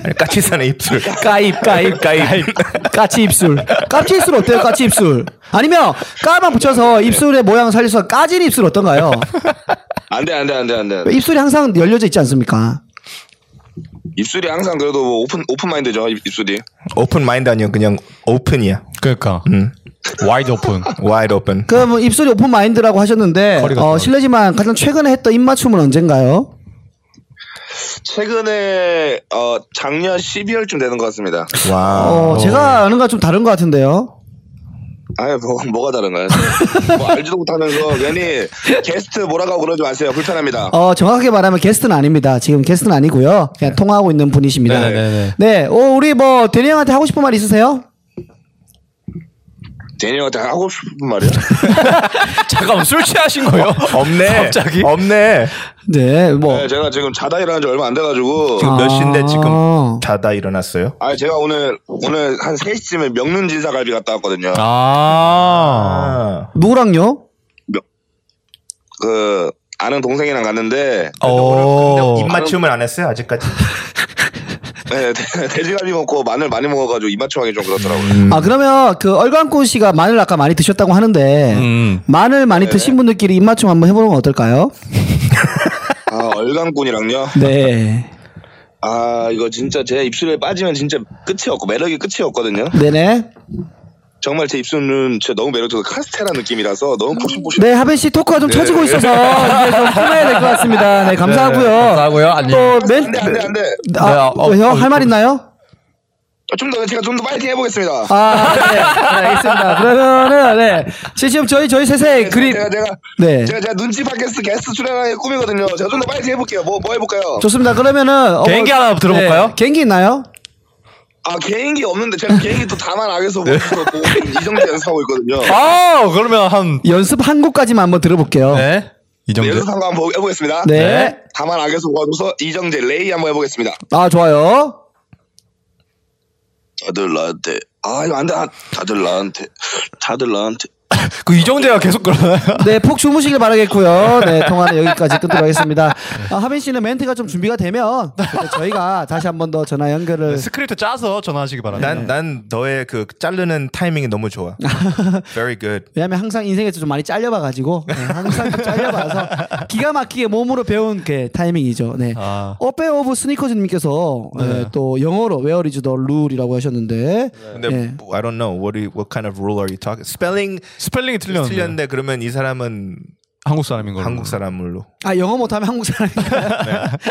아니, 까치산의 입술. 까입 까입 <laughs> 까입. 까치 입술 까치 입술 어때요 까치 입술 아니면 까만 붙여서 입술의 모양을 살려서 까진 입술 어떤가요? 안 돼, 안 돼, 안 돼, 안 돼. 입술이 항상 열려져 있지 않습니까? 입술이 항상 그래도 뭐 오픈, 오픈 마인드죠, 입- 입술이. 오픈 마인드 아니야. 그냥 오픈이야. 그러니까 와이드 오픈. Wide open. 그뭐 입술이 오픈 마인드라고 하셨는데 거리가 어, 멀어. 실례지만 가장 최근에 했던 입맞춤은 언젠가요? 최근에, 어, 작년 12월쯤 되는 것 같습니다. 와. 어, 제가 아는 거좀 다른 것 같은데요. 아유, 뭐, 뭐가 다른가요? 뭐, 알지도 못하면서 괜히 게스트 뭐라고 하고 그러지 마세요. 불편합니다. 어, 정확하게 말하면 게스트는 아닙니다. 지금 게스트는 아니고요. 그냥 통화하고 있는 분이십니다. 네네네네. 네, 어, 우리 뭐 대리 형한테 하고 싶은 말 있으세요? 대니한테 하고 싶은 말이야? 잠깐만 술 취하신 거예요? 없네. 갑자기? 없네. 네, 뭐 네, 제가 지금 자다 일어난 지 얼마 안 돼가지고. 지금 몇 시인데 아. 지금 자다 일어났어요? 아, 제가 오늘, 오늘 한 3시쯤에 명륜진사갈비 갔다 왔거든요. 아. 아. 누구랑요? 그, 아는 동생이랑 갔는데, 오. 입맞춤을 안 했어요 <laughs> 아직까지? 네, 돼- 돼지갈비 먹고 마늘 많이 먹어가지고 입맞춤하기 좀 그렇더라고요. 아 그러면 그 얼간꾼 씨가 마늘 아까 많이 드셨다고 하는데 음. 마늘 많이 드신 분들끼리 입맞춤 한번 해보는 건 어떨까요? 아, 얼간꾼이랑요? 네, 아, 이거 진짜 제 입술에 빠지면 진짜 끝이 없고, 매력이 끝이 없거든요. 네네. 정말 제 입술은 진짜 너무 매력적이고 카스테라 느낌이라서 너무 포신포신. 네, 하빈 씨 토크가 좀 처지고 있어서 이제 좀 끊어야 될 것 같습니다. 네, 감사하고요. 감사하고요. 안녕. 또 멘, 안 돼, 안 돼, 안 돼. 네, 아, 어, 어, 형 할 말 있나요? 좀 더, 제가 좀 더 파이팅 해보겠습니다. 아, 네, 네, 알겠습니다. 그러면은 네, 지금 저희 저희 셋의 그림 제가, 제가, 네. 제가, 제가 눈치 팟캐스트 게스트 출연하는 게 꿈이거든요. 제가 좀 더 파이팅 해볼게요. 뭐, 뭐 해볼까요? 좋습니다. 그러면은 어, 개인기 하나 들어볼까요? 네, 개인기 있나요? 아, 개인기 없는데, 제가 개인기 또 다만 악에서 보고 이정재 연습하고 있거든요. 네. 아, 그러면 한 연습 한 곡까지만 한번 들어볼게요. 네. 네. 이 네, 정도. 연습 한번 한번 해보겠습니다. 네. 다만 악에서 보고서 이정재 레이 한번 해보겠습니다. 아 좋아요. 다들 나한테 아 이거 안돼 다들 나한테 다들 나한테 그 이정재가 계속 그러나요? 네, 폭 주무시길 바라겠고요. 네, 통화는 여기까지 끊도록 하겠습니다. 아, 하빈 씨는 멘트가 좀 준비가 되면 그때 저희가 다시 한 번 더 전화 연결을 네, 스크립트 짜서 전화하시기 바랍니다. 난 난 너의 그 자르는 타이밍이 너무 <laughs> 좋아. Very good. 왜냐면 항상 인생에서 좀 많이 잘려봐가지고 네, 항상 좀 잘려봐서 기가 막히게 몸으로 배운 그 타이밍이죠. 네. 아. 어페 오브 스니커즈님께서 네, 또 영어로 Where is the rule이라고 하셨는데 근데 네. I don't know what do you- what kind of rule are you talking? 스펠링 스펠링이 틀렸는데. 틀렸는데 그러면 이 사람은 한국 사람인 걸로. 한국 사람으로. 아 영어 못하면 한국 사람인가요?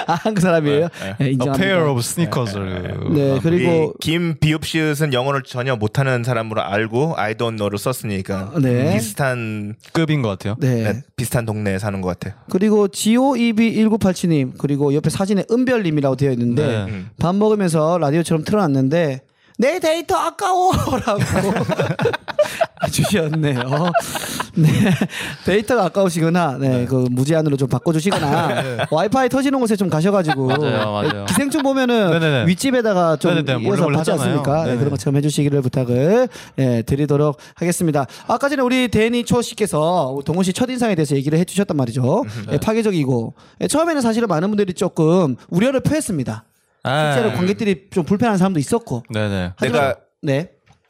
아 한국 사람이에요? 네, A pair 인정합니다. of sneakers. 아, 네 그리고 우리 김비읍시은 영어를 전혀 못하는 사람으로 알고 I don't know를 썼으니까 네. 비슷한 급인 것 같아요. 네. 네, 비슷한 동네에 사는 것 같아. 그리고 GOEB1987님 그리고 옆에 사진에 은별님이라고 되어 있는데 네. 밥 먹으면서 라디오처럼 틀어놨는데 내 데이터 아까워라고 <laughs> 주셨네요. 네 데이터가 아까우시거나 네그 무제한으로 좀 바꿔주시거나 와이파이 터지는 곳에 좀 가셔가지고 네. 맞아요, 맞아요. 기생충 보면은 네네네. 윗집에다가 좀 네네네, 이어서 몰래 몰래 받지 하잖아요. 않습니까? 네, 네네. 그런 것처럼 해주시기를 부탁을 예, 드리도록 하겠습니다. 아까 전에 우리 데니 초 씨께서 동훈 씨 첫인상에 대해서 얘기를 해주셨단 말이죠. 예, 파괴적이고 예, 처음에는 사실은 많은 분들이 조금 우려를 표했습니다. 아. 실제로 관객들이 좀 불편한 사람도 있었고. 네네. 하지만- 내가 네.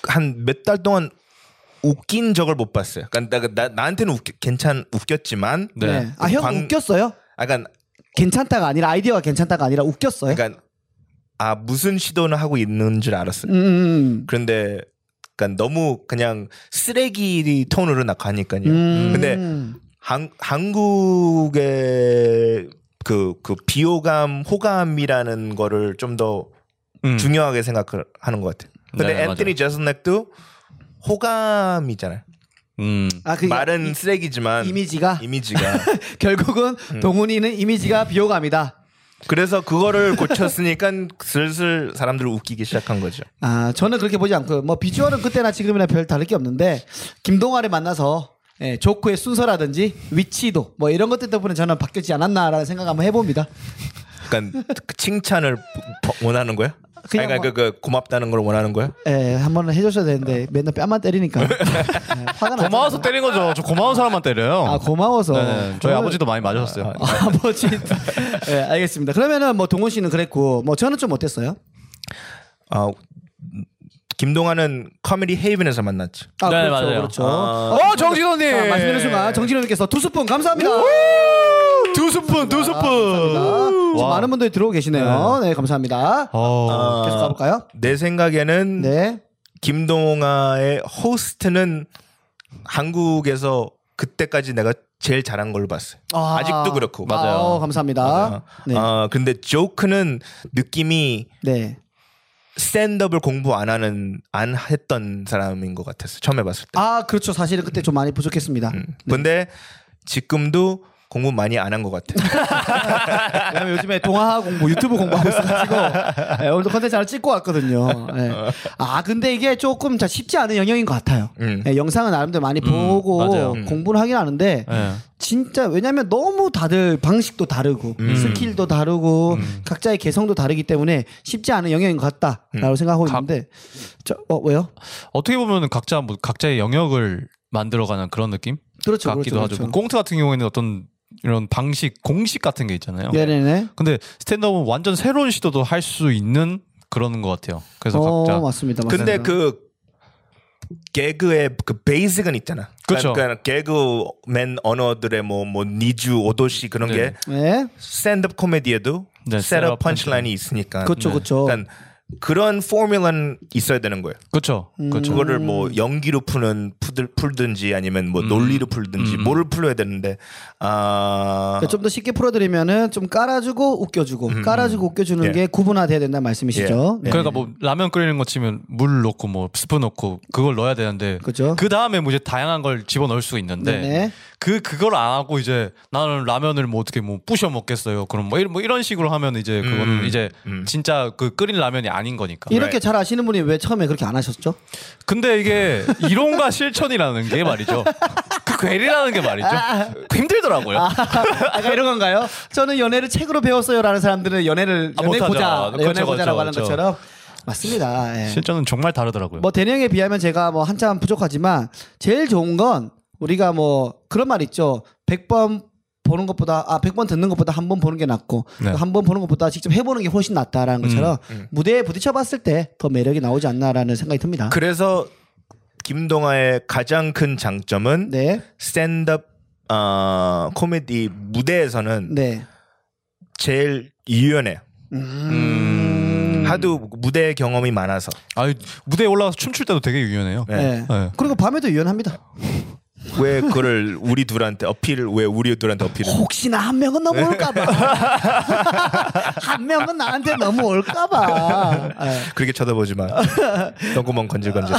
한 몇 달 동안 웃긴 적을 못 봤어요. 그러니까 나, 나 나한테는 웃기, 괜찮 웃겼지만, 네. 네. 아 형 광- 웃겼어요? 아, 그러니까, 괜찮다가 아니라 아이디어가 괜찮다가 아니라 웃겼어요. 그러니까 아 무슨 시도는 하고 있는 줄 알았어요. 음, 음, 그런데 그러니까 너무 그냥 쓰레기 톤으로 나가니까요. 음. 음. 근데 한, 한국의 그, 그 비호감, 호감이라는 거를 좀 더 음. 중요하게 생각하는 것 같아요. 근데 네, 앤토니 제스넥도 호감이잖아요. 음. 아, 그 말은 쓰레기지만 이미지가 이미지가 <laughs> 결국은 동훈이는 이미지가 비호감이다. 그래서 그거를 고쳤으니까 슬슬 사람들을 웃기기 시작한 거죠. 아, 저는 그렇게 보지 않고요. 뭐 비주얼은 그때나 지금이나 별 다를 게 없는데 김동아를 만나서 예, 조크의 순서라든지 위치도 뭐 이런 것들 때문에 저는 바뀌지 않았나라는 생각 한번 해봅니다. 그러니까 그 칭찬을 버- 버- 원하는 거야? 그냥 그러니까 뭐- 그, 그 고맙다는 걸 원하는 거야? 예, 한번 해줬어야 되는데 맨날 뺨만 <laughs> 때리니까 예, 화가 나. 고마워서 때린 거죠. 저 고마운 사람만 때려요. 아 고마워서. 네, 저희 저는- 아버지도 많이 맞으셨어요. <laughs> 아버지. 예, 알겠습니다. 그러면은 뭐 동훈 씨는 그랬고 뭐 저는 좀 어땠어요? 아 음, 김동완은 커뮤니 헤이븐에서 만났지. 아, 네, 그렇죠, 맞아요. 그렇죠. 아. 어, 정진호님. 네. 아, 말씀드리는 순간 정진호님께서 두 스푼 감사합니다. 두 스푼, 두 스푼. 지금 와. 많은 분들이 들어오고 계시네요. 네, 감사합니다. 어. 아, 계속 가볼까요? 내 생각에는 네. 김동아의 호스트는 한국에서 그때까지 내가 제일 잘한 걸로 봤어요. 아. 아, 직도 그렇고. 맞아요. 아, 어, 감사합니다. 네. 아, 근데 조크는 느낌이 네. 스탠드업을 공부 안 하는 안 했던 사람인 것 같았어. 처음 해봤을 때. 아, 그렇죠. 사실은 그때 좀 많이 부족했습니다. 음. 근데 지금도 공부 많이 안 한 것 <laughs> 같아. 왜냐면 요즘에 동화 공부, 유튜브 공부하고 <laughs> 있어가지고 네, 오늘도 컨텐츠 하나 찍고 왔거든요. 네. 아 근데 이게 조금 자 쉽지 않은 영역인 것 같아요. 음. 네, 영상은 나름대로 많이 맞아요. 보고 음. 공부를 하긴 하는데 네. 진짜 왜냐면 너무 다들 방식도 다르고 스킬도 다르고 각자의 개성도 다르기 때문에 쉽지 않은 영역인 것 같다라고 생각하고 각- 있는데 저, 어 왜요? 어떻게 보면 각자 뭐 각자의 영역을 만들어가는 그런 느낌 그렇죠, 같기도 그렇죠, 하죠. 그렇죠. 꽁트 같은 경우에는 어떤 이런 방식, 공식 같은 게 있잖아요. 네네네. 근데 스탠드업은 완전 새로운 시도도 할 수 있는 그런 것 같아요. 그래서 어 각자 맞습니다. 맞습니다. 근데 그 개그의 그 베이직은 있잖아. 그쵸. 그러니까 개그맨 언어들의 뭐 뭐 니주 오도시 그런 네. 게 네. 스탠드업 코미디에도 네, 셋업 셋업 펀치라인이 있으니까. 그렇죠, 네. 그렇죠. 그러니까 그런 포뮬러는 있어야 되는 거예요. 그렇죠, 음. 그렇죠. 그거를 뭐 연기로 푸는 풀들, 풀든지 아니면 음. 뭐 논리로 풀든지 뭐를 풀어야 되는데 아 그러니까 좀 더 쉽게 풀어드리면은 좀 깔아주고 웃겨주고 깔아주고 웃겨주는 예. 게 구분화돼야 된다는 말씀이시죠. 네. 그러니까 뭐 라면 끓이는 거 치면 물 넣고 뭐 스프 넣고 그걸 넣어야 되는데 그죠. 그 다음에 뭐 이제 다양한 걸 집어 넣을 수 있는데 네네. 그 그걸 안 하고 이제 나는 라면을 뭐 어떻게 뭐 부셔 먹겠어요. 그럼 뭐, 이런, 뭐 이런 식으로 하면 이제 그거는 이제 진짜 그 끓인 라면이 아닌 거니까. 이렇게 잘 아시는 분이 왜 처음에 그렇게 안 하셨죠? 근데 이게 이론과 실천이라는 게 말이죠. 그 괴리라는 게 아, 말이죠. 힘들더라고요. 약간 아, 이런 건가요? 저는 연애를 책으로 배웠어요라는 사람들은 연애를 아, 연애 못하죠. 고자 그렇죠, 연애 고자라고 그렇죠, 하는 그렇죠. 것처럼 맞습니다. 예. 실전은 정말 다르더라고요. 뭐 대령에 비하면 제가 뭐 한참 부족하지만 제일 좋은 건 우리가 뭐 그런 말 있죠. 100번 보는 것보다 아 100번 듣는 것보다 한 번 보는 게 낫고 네. 한 번 보는 것보다 직접 해보는 게 훨씬 낫다라는 것처럼 무대에 부딪혀 봤을 때 더 매력이 나오지 않나라는 생각이 듭니다. 그래서 김동아의 가장 큰 장점은 네. 스탠드업 어, 코미디 무대에서는 네. 제일 유연해. 요 음. 하도 무대 경험이 많아서. 아 무대에 올라가서 춤출 때도 되게 유연해요. 네. 네. 네. 그리고 밤에도 유연합니다. 왜 그걸 우리 둘한테 어필을 왜 우리 둘한테 어필을? 혹시나 한 명은 넘어올까봐. <laughs> 한 명은 나한테 넘어올까봐. 예. 그렇게 쳐다보지 <laughs> 마. 덩구멍 건질건질.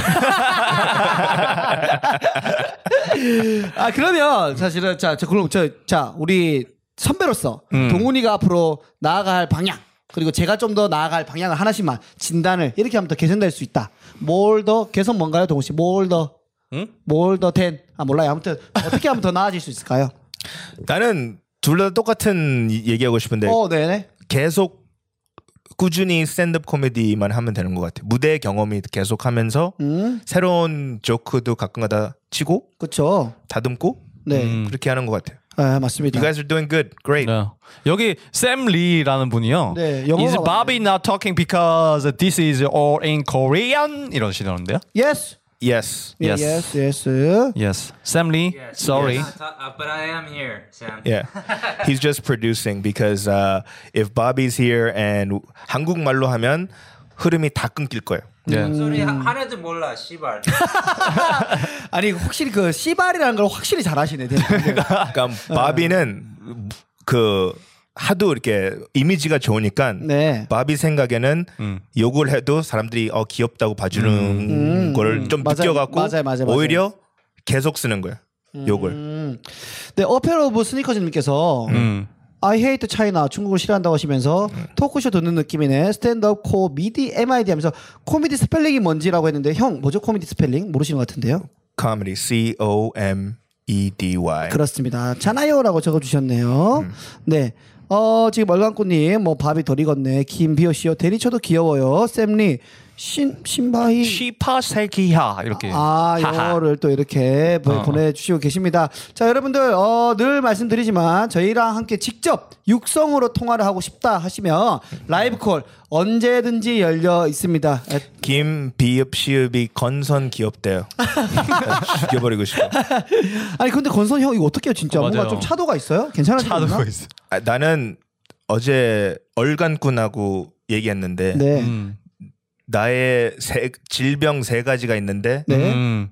아 그러면 사실은 자, 자 그럼 저, 자 우리 선배로서 음. 동훈이가 앞으로 나아갈 방향 그리고 제가 좀 더 나아갈 방향을 하나씩만 진단을 이렇게 하면 더 개선될 수 있다. 뭘 더 개선 뭔가요, 동훈 씨? 뭘 더? 응? 뭘 더 된? 아 몰라요. 아무튼 어떻게 하면 더 나아질 수 <laughs> 있을까요? 나는 둘 다 똑같은 이- 얘기하고 싶은데 어, 네네. 계속 꾸준히 스탠드업 코미디만 하면 되는 것 같아. 무대 경험이 계속하면서 음, 새로운 조크도 가끔가다 치고 그렇죠. 다듬고 네, 음. 그렇게 하는 것 같아요. 아, 맞습니다. You guys are doing good, great. 네. 여기 샘 리라는 분이요. 네, 영어가 Is Bobby not talking because this is all in Korean? 이런 시도인데요. Yes, Yes. yes, Yes. 예, 예. yes. yes. Yes. Sam Lee, sorry. 아, but I am here, Sam. Yeah. He's just producing because uh, if Bobby's here and 한국말로 하면 흐름이 다 끊길 거예요. 네. 소리 하나도 몰라, 씨발. 아니 확실히 그 씨발이라는 걸 확실히 잘하시네. 그러니까 바비는 그 하도 이렇게 이미지가 좋으니까 네. 바비 생각에는 욕을 해도 사람들이 어 귀엽다고 봐주는 거를 좀 음. 맞아요. 느껴갖고 맞아요, 맞아요, 맞아요. 오히려 계속 쓰는 거야. 욕을. 음. 네, 어펠 오브 스니커즈님께서 음. I hate China 중국을 싫어한다고 하시면서 토크쇼 듣는 느낌이네 스탠드업 코미디 MID 하면서 코미디 스펠링이 뭔지라고 했는데 형 뭐죠 코미디 스펠링 모르시는 것 같은데요? Comedy. C O M E D Y. 그렇습니다. 자나요라고 적어주셨네요. 네. 어, 지금 얼간꽃님, 뭐, 밥이 덜 익었네. 김비오 씨요. 대리쳐도 귀여워요. 쌤리, 신, 신바이. 시파세기야 이렇게. 아, 영어를 또 이렇게 보- 예. 어. 보내주시고 계십니다. 자, 여러분들, 어, 늘 말씀드리지만, 저희랑 함께 직접 육성으로 통화를 하고 싶다 하시면, 라이브 콜 언제든지 열려 있습니다. 에, 김비읍 시읍이 건선 <laughs> 기업대요. 죽여버리고 싶어. 아니, 근데 건선 형, 이거 어떻게 해요, 진짜? 어, 뭔가 맞아요. 좀 차도가 있어요? 괜찮아지나 차도 있어. 아, 나는 어제 얼간꾼하고 얘기했는데 네. 음. 나의 세- 질병 세 가지가 있는데 네. 음.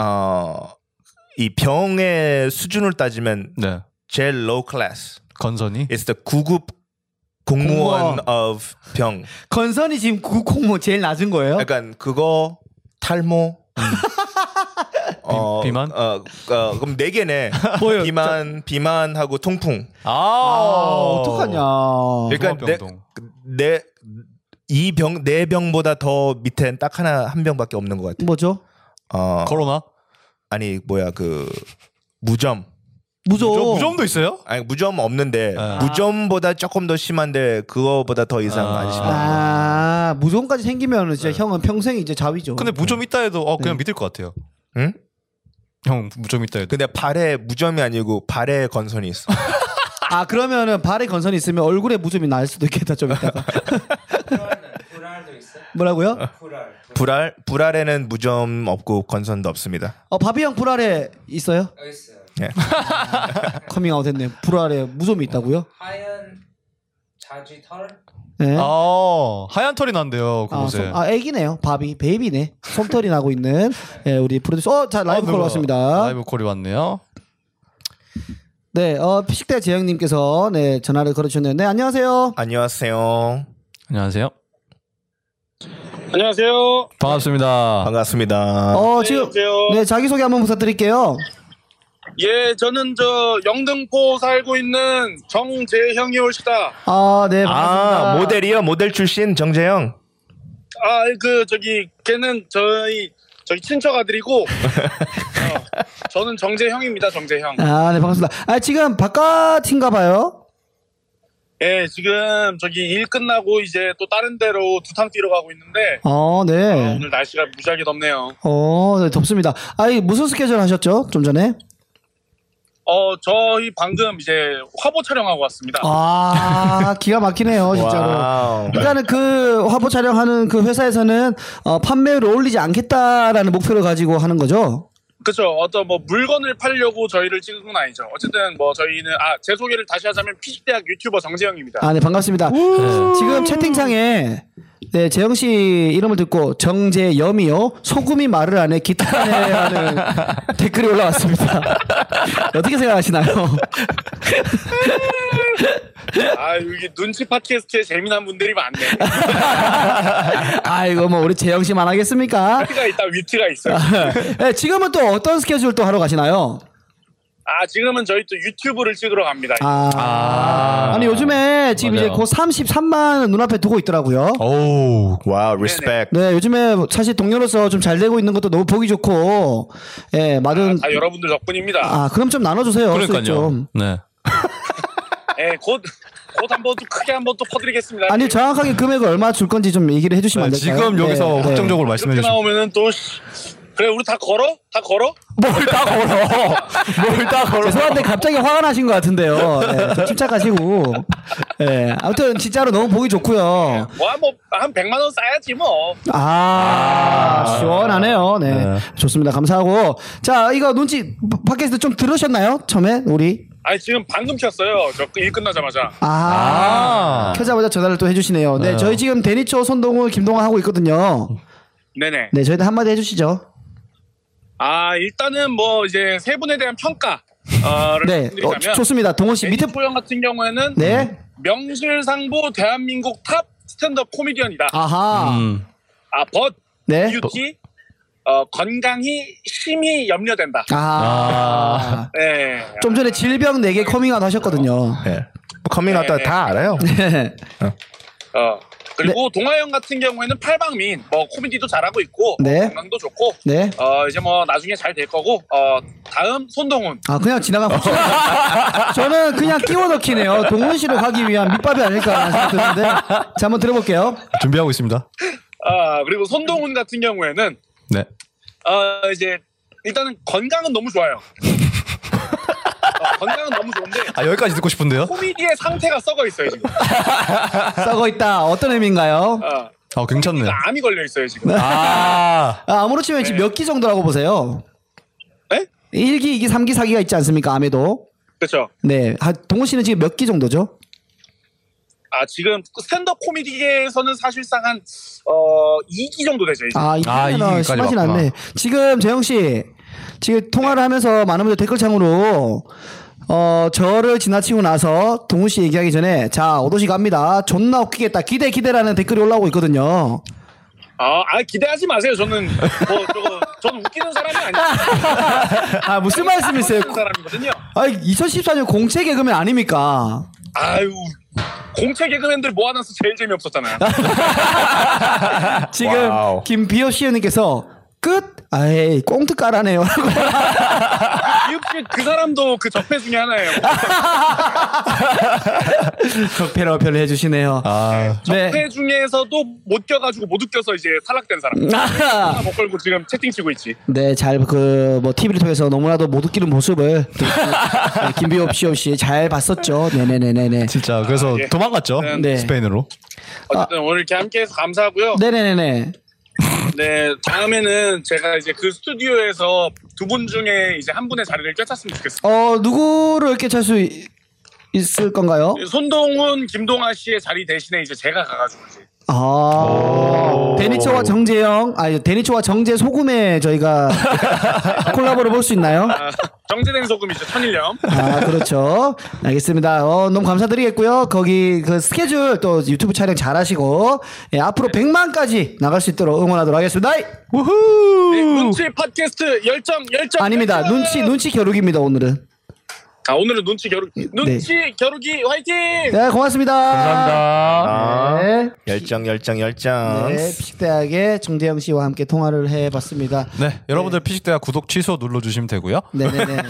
어, 이 병의 수준을 따지면 네. 제일 low class. 건선이. It's the 구급 공무원, 공무원. of 병. 건선이 지금 구콩모 제일 낮은 아, 거예요? 약간 그거 탈모. 음. 어, 비- 비만? 어, 어, 그럼 네 개네. 뭐예요? 비만, 비만하고 통풍. 아, 아, 어떡하냐. 그러니까 내, 병동. 내, 네, 이 병, 네 병보다 더 밑엔 딱 하나, 한 병밖에 없는 것 예. 같아. 뭐죠? 어, 아. 코로나? 아니, 뭐야, 그, 무점. 무조. 무좀도 있어요? 아니, 무점 없는데, 아. 무점보다 조금 더 심한데, 그거보다 더 이상 아. 안 심한. 아, 무조건까지 생기면 은 진짜 형은 평생 이제 자위죠. 네. 근데 무좀 있다 해도 어 네. 그냥 믿을 것 같아요. 응? 형 무좀 있다 해도. 근데 발에 무점이 아니고, 발에 건선이 있어. <laughs> 아 그러면은 발에 건선이 있으면 얼굴에 무좀이 날 수도 있겠다 좀 이따가. 불알도 있어? 아, 뭐라고요? 불알. 불알, 불알에는 무점 없고, 건선도 없습니다. 어 바비 형 불알에 있어요? 여기 있어요. 예. 커밍아웃 했네. 불알에 무좀이 있다고요? 하얀 자쥐 털? <laughs> 네. 아 하얀 털이 난대요 아, 그곳에. 솜- 아, 애기네요. 바비, 베이비네. 솜털이 나고 있는 예, 우리 프로듀서. 어, 자 라이브 콜 아, 누가 왔습니다. 라이브 콜이 왔네요. 네, 어 피식대 재영님께서 네 전화를 걸어주셨네요. 네, 안녕하세요. 안녕하세요. 안녕하세요. 안녕하세요. 반갑습니다. 반갑습니다. 아, 어 지금 네 자기 소개 한번 부탁드릴게요. 예, 저는 저 영등포 살고 있는 정재형이 올시다. 아, 네, 반갑습니다. 아, 모델이요? 모델 출신 정재영. 아, 그 저기 걔는 저희 저희 친척 아들이고 <laughs> 어, 저는 정재형입니다. 정재형. 아, 네, 반갑습니다. 아, 지금 바깥인가 봐요. 예, 지금 저기 일 끝나고 이제 또 다른 데로 두탕 뛰러 가고 있는데 어, 어, 네. 오늘 날씨가 무지하게 덥네요. 어, 네, 덥습니다. 아니, 무슨 스케줄 하셨죠? 좀 전에? 어, 저희 방금 이제 화보 촬영하고 왔습니다. 아, 기가 어, 막히네요, 진짜로. 와우. 일단은 그 화보 촬영하는 그 회사에서는 어, 판매율을 올리지 않겠다라는 목표를 가지고 하는 거죠? 그쵸. 어떤 뭐 물건을 팔려고 저희를 찍은 건 아니죠. 어쨌든 뭐 저희는, 아, 제 소개를 다시 하자면 피식대학 유튜버 정재영입니다. 아, 네, 반갑습니다. 지금 채팅창에 네, 재영 씨 이름을 듣고 정재염이요. 소금이 말을 안 해. 기특하네라는 <laughs> 댓글이 올라왔습니다. <laughs> 어떻게 생각하시나요? 아, 여기 눈치 팟캐스트에 재미난 분들이 <laughs> 많네. 그러니까 아이고 뭐 우리 재영 씨만 하겠습니까? 위트가 있다, 위트가 있어요. 네, 지금은 또 어떤 스케줄 또 하러 가시나요? 아, 지금은 저희 또 유튜브를 찍으러 갑니다. 아, 아... 니 요즘에 지금 맞아요. 어? 이제 곧 33만 눈앞에 두고 있더라고요. 오. 와우, 리스펙. 네, 요즘에 사실 동료로서 좀 잘 되고 있는 것도 너무 보기 좋고, 예, 많은 다 여러분들 덕분입니다. 아 그럼 좀 나눠주세요. 수익 아, 그러니까요. 좀. 네. 예, 곧, 곧 한번 또 크게 한번 또 퍼드리겠습니다. 아니 정확하게 금액을 얼마 줄 건지 좀 얘기를 해주시면 안 될까요? 지금 여기서 네, 네. <laughs> 확정적으로 말씀해 이렇게 주시면. 나오면은 또, 씨, 그래, 우리 다 걸어? 다 걸어? 뭘다 걸어. <laughs> 뭘다 걸어. 죄송한데 갑자기 화가 나신 것 같은데요. 네, 좀 침착하시고. 예, 아무튼 진짜로 너무 보기 좋고요. 뭐, 한, 뭐, 한 100만원 싸야지 뭐. 아, 시원하네요. 네. 좋습니다. 감사하고. 자, 이거 눈치 팟캐스트 좀 들으셨나요? 처음에 우리. 아니, 지금 방금 켰어요. 저 일 끝나자마자. 아. 아. 켜자마자 전화를 또 해주시네요. 네, 저희 지금 데니초, 손동훈, 김동환 하고 있거든요. 네네. 네, 저희도 한마디 해주시죠. 아 일단은 뭐 이제 세 분에 대한 평가를 네, 어, 드리자면 좋습니다. 동훈 씨 밑에. 밑에 포형 같은 경우에는 네. 명실상부 음. 대한민국 탑 스탠드업 코미디언이다. 아하. 음. 아벗 아. 네. 뷰티 어, 건강이 심히 염려된다. 아. 네. 좀 전에 질병 4개 커밍아웃 하셨거든요. <laughs> 예. 뭐 커밍아웃 네. 다 알아요. 네. 어. 그리고 동아 형 같은 경우에는 팔방민, 뭐 코미디도 잘하고 있고, 네. 뭐 건강도 좋고, 네. 어 이제 뭐 나중에 잘 될 거고, 어 다음 손동훈. 아, 그냥 지나간 후추. 저는 그냥 끼워 넣기네요. 동훈 씨를 가기 위한 밑밥이 아닐까 생각드는데. 자, 한번 들어볼게요. 준비하고 있습니다. 아 그리고 손동훈 같은 경우에는 네. 어 이제 일단은 건강은 너무 좋아요. 어, 건강은 너무 좋은데 아 여기까지 듣고 싶은데요? 코미디의 상태가 썩어 있어요 지금. 싸고 있다. 어떤 의미인가요? 어, 아 괜찮네. 그러니까 암이 걸려 있어요 지금. 아 아, 암으로 치면 지금 몇 기 정도라고 보세요? 에? 1기, 2기, 3기, 4기가 있지 않습니까? 암에도. 그렇죠. 네. 아, 동훈 씨는 지금 몇 기 정도죠? 아 지금 스탠드업 코미디에서는 사실상 한어 2기 정도 되죠 이제. 아, 아, 이거는 이기까지 심하진 왔구나. 않네. 지금 재영 씨 지금 통화를 하면서 많은 분들 댓글창으로 어 저를 지나치고 나서 동훈 씨 얘기하기 전에 자 오도시 갑니다. 존나 웃기겠다. 기대 기대라는 댓글이 올라오고 있거든요. 아, 아, 기대하지 마세요. 저는 뭐 저거 저는 웃기는 사람이 아니에요. 아 <laughs> 무슨 말씀이세요? 웃기는 사람이거든요. 아 2014년 공채 개그맨 아닙니까? 아유 공채 개그맨들 모아놔서 <laughs> 제일 재미없었잖아요. 지금 와우. 김비호 씨님께서 끝. 아이 꽁트 깔아네요. <laughs> 이웃집 그 사람도 그 적폐 중에 하나예요. 적폐 어필을 해주시네요. 아. 네. 적폐 중에서도 못 껴가지고 못 웃겨서 이제 탈락된 사람. 아. 하나 못 걸고 지금 채팅 치고 있지. 네, 잘 그 뭐 TV를 통해서 너무나도 못 웃기는 모습을 네, <laughs> 김비호 씨 없이 잘 봤었죠. 네네네네네. 진짜 그래서 아, 예. 도망갔죠 네. 스페인으로. 어쨌든 오늘 이렇게 함께해서 감사하고요. 아. 네네네네. 네, 다음에는 제가 이제 그 스튜디오에서 두 분 중에 이제 한 분의 자리를 꿰찼으면 좋겠습니다. 어 누구를 이렇게 찰 수 있을 건가요? 손동훈, 김동아 씨의 자리 대신에 이제 제가 가가지고 이제 <laughs> 아 데니처와 정재영, 아 데니처와 정재 소금에 저희가 <laughs> 콜라보를 볼 수 있나요? 아, 정제된 소금이죠 천일염. 아 그렇죠. 알겠습니다. 어 너무 감사드리겠고요. 거기 그 스케줄 또 유튜브 촬영 잘하시고 예, 앞으로 100만까지 나갈 수 있도록 응원하도록 하겠습니다. 네, 눈치 팟캐스트 열정 열정. 아닙니다. 열정! 눈치 눈치 겨루기입니다 오늘은. 아 오늘은 눈치 겨루 눈치 겨루기 화이팅. 네, 고맙습니다. 아, 네. 열정 열정 열정. 네, 피식대학의 정재영 씨와 함께 통화를 해봤습니다. 네 여러분들 피식대학 구독 취소 눌러주시면 되고요. <laughs> 네네네.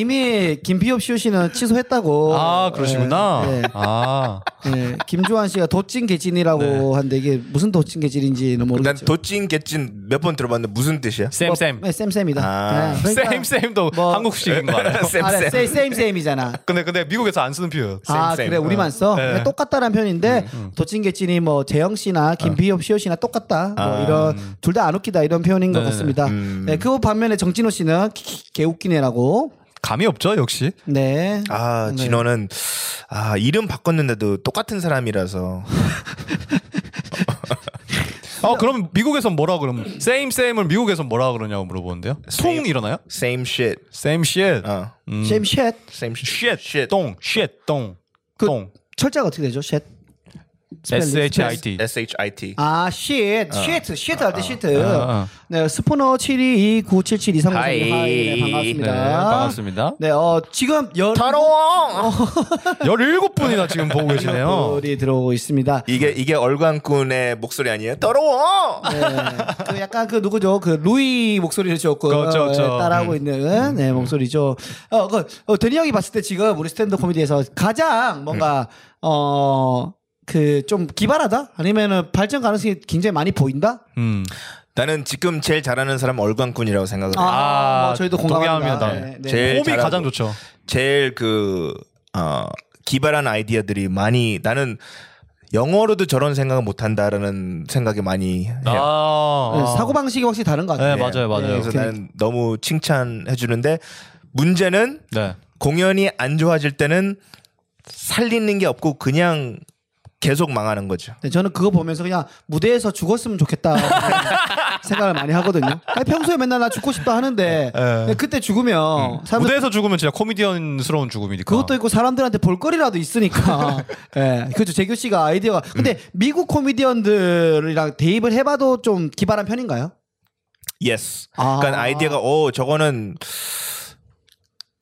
이미 김비엽 시오 씨는 취소했다고. 아 그러시구나. 어, 네, 네. 아 네, 김조한 씨가 도찐 개진이라고 네. 한데 이게 무슨 도찐 개진인지는 난 모르겠죠. 도찐 개찐 몇 번 들어봤는데 무슨 뜻이야? 쌤쌤. 네, 쌤쌤이다. 아. 네, 그러니까- 쌤 쌤도 뭐- 한국식인 거 알아요? 쌤, 아, 네, 쌤. 쌤, 쌤이잖아. 근데 근데 미국에서 안 쓰는 표현. 아 쌤. 그래 우리만 써 네. 똑같다라는 편인데 도찐개찐이 뭐 재영 씨나 김비엽 시오 씨나 똑같다 뭐 이런 둘 다 안 웃기다 이런 표현인 것 네네네. 같습니다. 네, 그 반면에 정진호 씨는 키키, 개웃기네라고 감이 없죠 역시. 네. 아 네. 진호는 아 이름 바꿨는데도 똑같은 사람이라서 어 그럼 미국에서 뭐라 그러면 쌤 쌤을 미국에서 뭐라 그러냐고 물어보는데요. 송 일어나요? same shit. 쌤 shit. 어 쌤 음. 쉣. same shit. shit 똥 shit 똥. 그- 똥. 철자가 어떻게 되죠? 쉣. S H I T. S H I T. 아, 쉣. 쉣. 쉣 할때 쉣. 아, 아. 네, 스포너 722977 2 3 5 하이. 하이. 네, 네, 반갑습니다. 반갑습니다. 네, 어, 지금 열 어. 더러워. 17분이나 지금 보고 계시네요. 분이 들어오고 있습니다. 이게 이게 얼광꾼의 목소리 아니에요? 더러워. 네, 그 약간 그 누구죠? 그 루이 목소리를 지었고 그렇죠, 그렇죠. 음, 예, 따라하고 있는 네, 목소리죠. 어, 그 어, 데니 형이 봤을 때 지금 우리 스탠드 코미디에서 가장 뭔가 음. 어. 그 좀 기발하다 아니면은 발전 가능성이 굉장히 많이 보인다 음. 나는 지금 제일 잘하는 사람 얼광꾼이라고 생각을 해요. 아, 아, 뭐 저희도 동의합니다. 공감합니다. 네, 제일 호흡이 잘하고. 가장 좋죠. 제일 그 어, 기발한 아이디어들이 많이 나는 영어로도 저런 생각을 못 한다라는 생각이 많이 해요. 아. 네, 사고 방식이 확실히 다른 것 네, 같아요. 맞아요, 맞아요. 그래서 오케이. 나는 너무 칭찬해 주는데 문제는 네. 공연이 안 좋아질 때는 살리는 게 없고 그냥 계속 망하는 거죠. 네, 저는 그거 보면서 그냥 무대에서 죽었으면 <laughs> 좋겠다 생각을 많이 하거든요. 아니, 평소에 맨날 나 죽고 싶다 하는데 네. 근데 그때 음. 죽으면 사람들 무대에서 죽으면 진짜 코미디언스러운 죽음이니까. 어. 그것도 있고 사람들한테 볼거리라도 <laughs> 있으니까. 예. 그렇죠. 재규 씨가 음. 아이디어가. 근데 미국 코미디언들이랑 대입을 해봐도 좀 기발한 편인가요? yes. 아. 그러니까 아이디어가 오 저거는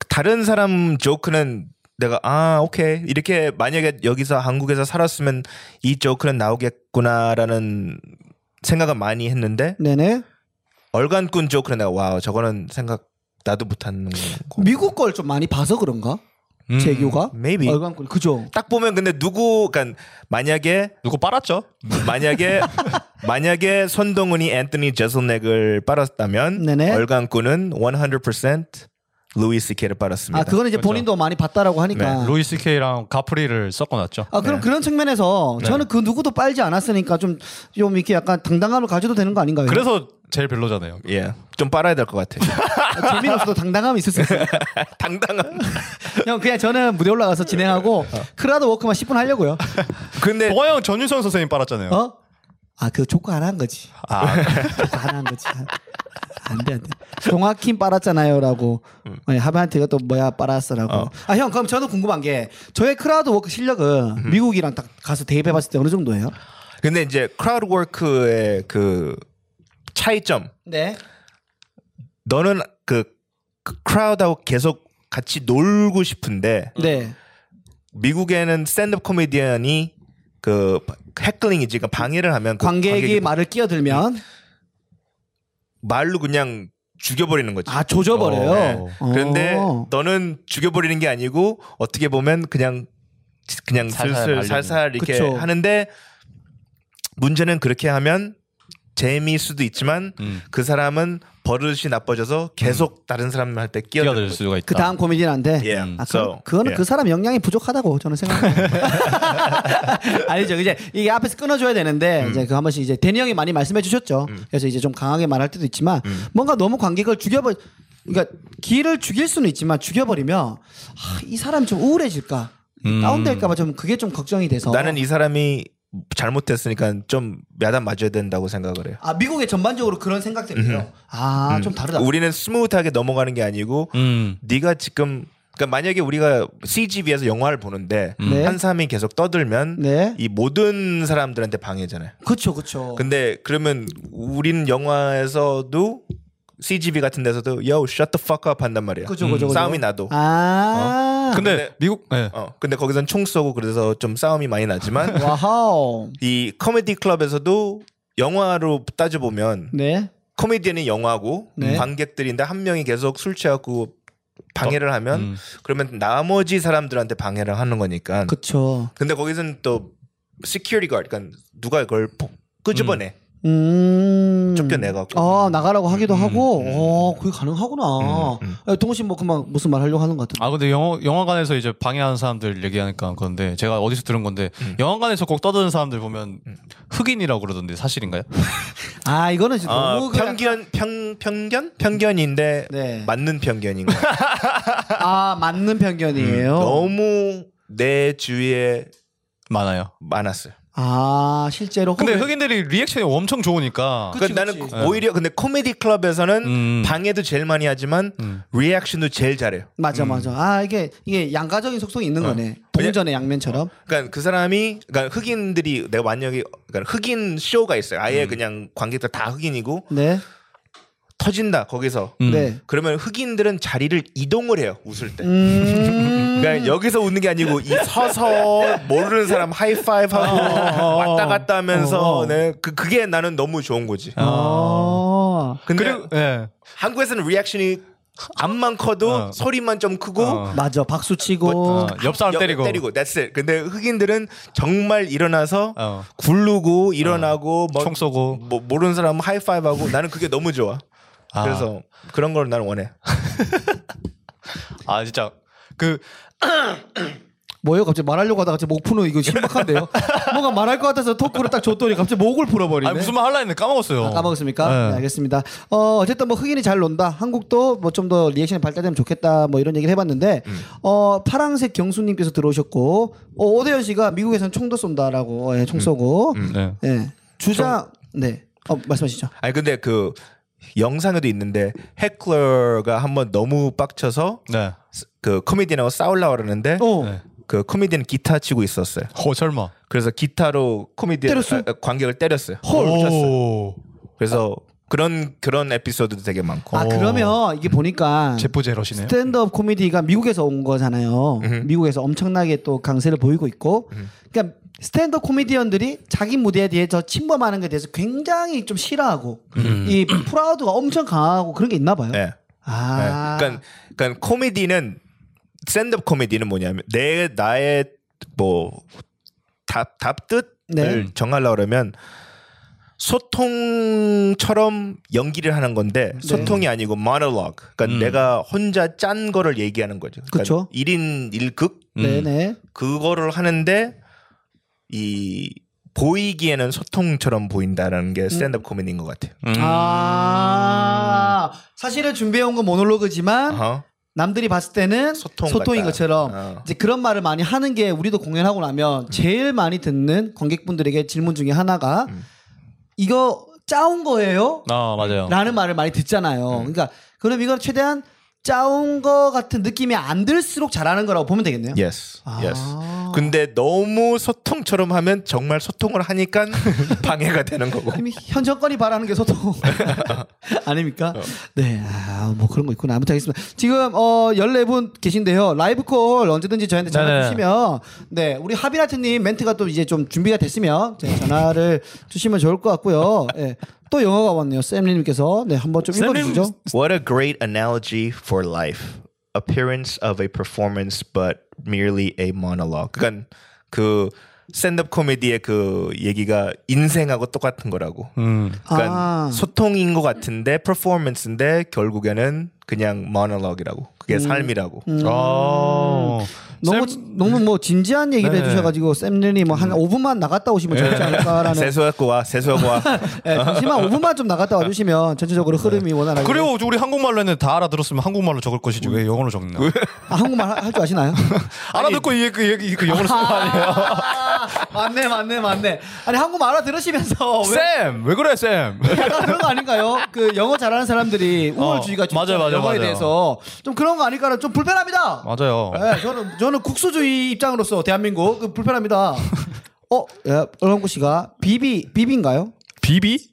다른 사람 조크는 내가 아 오케이 이렇게 만약에 여기서 한국에서 살았으면 이 조크는 나오겠구나라는 생각은 많이 했는데 네네. 음. 얼간꾼 조크는 내가 와우 저거는 생각 나도 못하는 거. 미국 걸 좀 많이 봐서 그런가? 재규가? 음, maybe. 얼간꾼 그죠? 딱 보면 근데 누구 그러니까 만약에 누구 빨았죠? <laughs> 만약에 만약에 손동훈이 앤토니 제슬넥을 빨았다면 네네. 얼간꾼은 100% 루이 스케를 빨았습니다. 네, 아 그거는 이제 그렇죠. 본인도 많이 봤다라고 하니까. 로이 스케이랑 가프리를 섞어놨죠. 아 그럼 그런 측면에서 네. 저는 그 누구도 빨지 않았으니까 좀 좀 이렇게 약간 당당함을 가져도 되는 거 아닌가요? 그래서 제일 별로잖아요. 예, 좀 빨아야 될 것 <laughs> 같아요. 아, 재미없어도 당당함이 있을 <laughs> 수 있어요. 당당한. 형 그냥 저는 무대 올라가서 어. 진행하고 크라드 워크만 10분 하려고요. 근데 동아 형 전윤성 선생님 빨았잖아요. 어? 아 그 조커 안 한 거지. 아, 조커 안 한 거지. 안돼 안돼. 동아킴 빨았잖아요라고. 아니, 하반한테 이것도 뭐야 빨았어라고. 아 형 그럼 저는 궁금한 게 저의 크라우드 워크 실력은 미국이랑 딱 가서 대입해봤을 때 어느 정도예요? 근데 이제 크라우드 워크의 그 차이점. 네. 너는 그, 그 크라우드하고 계속 같이 놀고 싶은데 네. 미국에는 스탠드업 코미디언이 그 해클링이지 그러니까 방해를 하면 그 관객이 네. 말을 끼어들면 말로 그냥 죽여버리는 거지. 아 조져버려요. 네. 그런데 어. 너는 죽여버리는 게 아니고 어떻게 보면 그냥 그냥 살살 슬슬 말리는. 살살 이렇게 그쵸. 하는데 문제는 그렇게 하면 재미일 수도 있지만 음. 그 사람은 버릇이 나빠져서 계속 다른 사람 할 때 끼어들 뛰어들 수가 있다. 그 다음 고민이란데. 예. 아, 그, So, 그거는 예. 그 사람 역량이 부족하다고 저는 생각합니다. <laughs> 아니죠. 이제 이게 앞에서 끊어줘야 되는데 음. 이제 그 한 번씩 이제 대니 형이 많이 말씀해 주셨죠. 그래서 이제 좀 강하게 말할 때도 있지만 음. 뭔가 너무 관객을 죽여버 그러니까 기를 죽일 수는 있지만 죽여버리면 아, 이 사람 좀 우울해질까 다운될까봐 좀 그게 좀 걱정이 돼서 음. 나는 이 사람이 잘못했으니까 좀 야단 맞아야 된다고 생각을 해요. 아 미국에 전반적으로 그런 생각들이 들어요. 아 좀 다르다. 음. 우리는 스무트하게 넘어가는 게 아니고 그 음. 네가 지금 그러니까 만약에 우리가 CGV에서 영화를 보는데 음. 네. 한 사람이 계속 떠들면 네. 이 모든 사람들한테 방해잖아요. 그렇죠, 그렇죠. 근데 그러면 우리는 영화에서도 CGV 같은 데서도 yo shut the fuck up 한단 말이야. 그죠, 그죠, 그죠. 싸움이 나도. 아 근데 근데- 미국 네. 어. 근데 거기선 총 쏘고 그래서 좀 싸움이 많이 나지만 와우. 이 코미디 클럽에서도 영화로 따져 보면 네. 코미디언이 영화고 네. 관객들인데 한 명이 계속 술 취하고 방해를 하면 음. 그러면 나머지 사람들한테 방해를 하는 거니까. 그렇죠. 근데 거기서는 또 security guard, 그러니까 누가 그걸 포- 끄집어내. 음. 쫓겨내갖고. 아 나가라고 하기도 하고. 어 그게 가능하구나. 음, 음. 아, 동훈 씨뭐 그만 무슨 말 하려고 하는 것 같은데. 아 근데 영화 영화관에서 이제 방해하는 사람들 얘기하니까 그런데 제가 어디서 들은 건데 영화관에서 꼭 떠드는 사람들 보면 흑인이라고 그러던데 사실인가요? <laughs> 아 이거는 지금 아, 너무 그냥- 편견 편 편견 편견인데 네. 맞는 편견인 거. 아 맞는 편견이에요. 음, 너무 내 주위에 많아요. 많았어요. 아 실제로. 근데 혹은- 흑인들이 리액션이 엄청 좋으니까 그치, 그러니까 그치. 나는 오히려 근데 코미디 클럽에서는 음. 방해도 제일 많이 하지만 음. 리액션도 제일 잘해요. 맞아 맞아. 아 이게 이게 양가적인 속성이 있는 어. 거네. 동전의 양면처럼. 그러니까 그 사람이 그러니까 흑인들이 내가 만약에 그러니까 흑인 쇼가 있어요. 음. 아예 그냥 관객들 다 흑인이고 네. 터진다 거기서. 음. 네. 그러면 흑인들은 자리를 이동을 해요 웃을 때. <laughs> 음. 그러니까 여기서 웃는 게 아니고 이 서서 모르는 사람 하이파이브 어, 하고 왔다 갔다 하면서 네, 그, 그게 나는 너무 좋은 거지. 어. 근데 그리고 예. 한국에서는 리액션이 안만 커도 어. 소리만 좀 크고 어. 맞아 박수 치고. 뭐, 어, 아. 옆 사람 옆- 때리고. 때리고 that's it. 근데 흑인들은 정말 일어나서 어. 굴르고 일어나고 뭐, 총 쏘고 뭐 모르는 사람은 하이파이브 하고 나는 그게 너무 좋아. <laughs> 아. 그래서 그런 걸 나는 원해. <laughs> 아 진짜 그 뭐예요? 갑자기 말하려고 하다가 갑자기 목 푸는 <laughs> 이거 심각한데요? 뭔가 말할 것 같아서 토크를 딱 줬더니 갑자기 목을 풀어버리네. 아니, 무슨 말 할라 했는데 까먹었어요. 아, 까먹었습니까? 예. 네, 알겠습니다. 어, 어쨌든 뭐 흑인이 잘 논다. 한국도 뭐 좀 더 리액션이 발달되면 좋겠다. 뭐 이런 얘기를 해봤는데, 어, 파랑색 경수님께서 들어오셨고, 어, 오대현 씨가 미국에서는 총도 쏜다라고, 예, 총 쏘고, 네. 예. 주장, 네. 어, 말씀하시죠. 아니 근데 그 영상에도 있는데 해클러가 한번 너무 빡쳐서 네. 그 코미디언하고 싸우려고 그러는데 어, 네. 그 코미디언 기타 치고 있었어요. 어 설마. 그래서 기타로 코미디언 때렸어요? 아, 관객을 때렸어요. 헐. 쳤어요. 그래서 그런 그런 에피소드도 되게 많고. 아 그러면 이게 보니까 제포제러시네요. 스탠드업 코미디가 미국에서 온 거잖아요. 음. 미국에서 엄청나게 또 강세를 보이고 있고, 음. 그러니까 스탠드업 코미디언들이 자기 무대에 대해서 침범하는 것에 대해서 굉장히 좀 싫어하고 음. 이 프라우드가 엄청 강하고 그런 게 있나 봐요. 예. 아, 네. 그러니까, 그러니까 코미디는 샌드업 코미디는 뭐냐면 내 나의 뭐답 답뜻을 네. 정하려 그러면 소통처럼 연기를 하는 건데 네. 소통이 아니고 monologue. 그러니까 내가 혼자 짠 거를 얘기하는 거죠. 그쵸. 1인 1극 네네. 그거를 하는데 이 보이기에는 소통처럼 보인다라는 게 음. 스탠드업 코미디인 것 같아요. 아, 사실은 준비해온 건 모놀로그지만 어허. 남들이 봤을 때는 소통 소통인 같다. 것처럼 어. 이제 그런 말을 많이 하는 게 우리도 공연하고 음. 나면 제일 많이 듣는 관객분들에게 질문 중에 하나가 이거 짜온 거예요? 음. 아 맞아요. 음. 라는 말을 많이 듣잖아요. 그러니까 그럼 이걸 최대한 짜온 거 같은 느낌이 안 들수록 잘하는 거라고 보면 되겠네요. Yes, 아. yes. 근데 너무 소통처럼 하면 정말 소통을 <laughs> 하니까 방해가 되는 뭐. 거고. 이미 현 정권이 바라는 게 <laughs> 소통 아닙니까? 어. 네, 아, 뭐 그런 거 있구나. 아무튼 알겠습니다. 지금 어 14분 계신데요. 라이브 콜 언제든지 저희한테 전화 네네. 주시면 네 우리 하비나트님 멘트가 또 이제 좀 준비가 됐으면 제가 전화를 주시면 좋을 것 같고요. 네, 또 영어가 왔네요. 쌤님께서 네 한번 좀 읽어주시죠. What a great analogy for life. Appearance of a performance, but merely a monologue. 그러니까 그 스탠드업 코미디의 그 얘기가 인생하고 똑같은 거라고. 그러니까 아. 소통인 것 같은데 퍼포먼스인데 결국에는 그냥 monologue이라고. 그게 삶이라고. 아, 너무 너무 뭐 진지한 얘기를 네. 해주셔가지고 쌤님이 뭐한 5분만 나갔다 오시면 좋지 <laughs> 네, 않을까라는. 세수하고 와, 세수하고 와. <laughs> 네, 잠시만 5분만 좀 나갔다 와주시면 전체적으로 흐름이 원활하게. 네. 그리고 우리 한국말로 했는데 다 알아들었으면 한국말로 적을 것이지 왜 영어로 적나? 아, 한국말 할 줄 아시나요? 알아듣고 이게 그, 얘기- 그 영어로 쓰는 거 아니에요? 아, <laughs> 맞네, 맞네, 맞네. 아니 한국말 알아들으시면서 <laughs> 왜 쌤! 왜 그래 쌤! 약간 그런 거 아닌가요? 그 영어 잘하는 사람들이 우월주의가 어, 좀 맞아요, 있잖아요, 맞아요, 영어에 맞아요. 대해서 좀 그런 거 아닐까라 좀 불편합니다. 맞아요. 예, 저는 저는 국수주의 입장으로서 대한민국 그 불편합니다. 어, 예, 얼렁구 씨가 비비 비비인가요? 비비?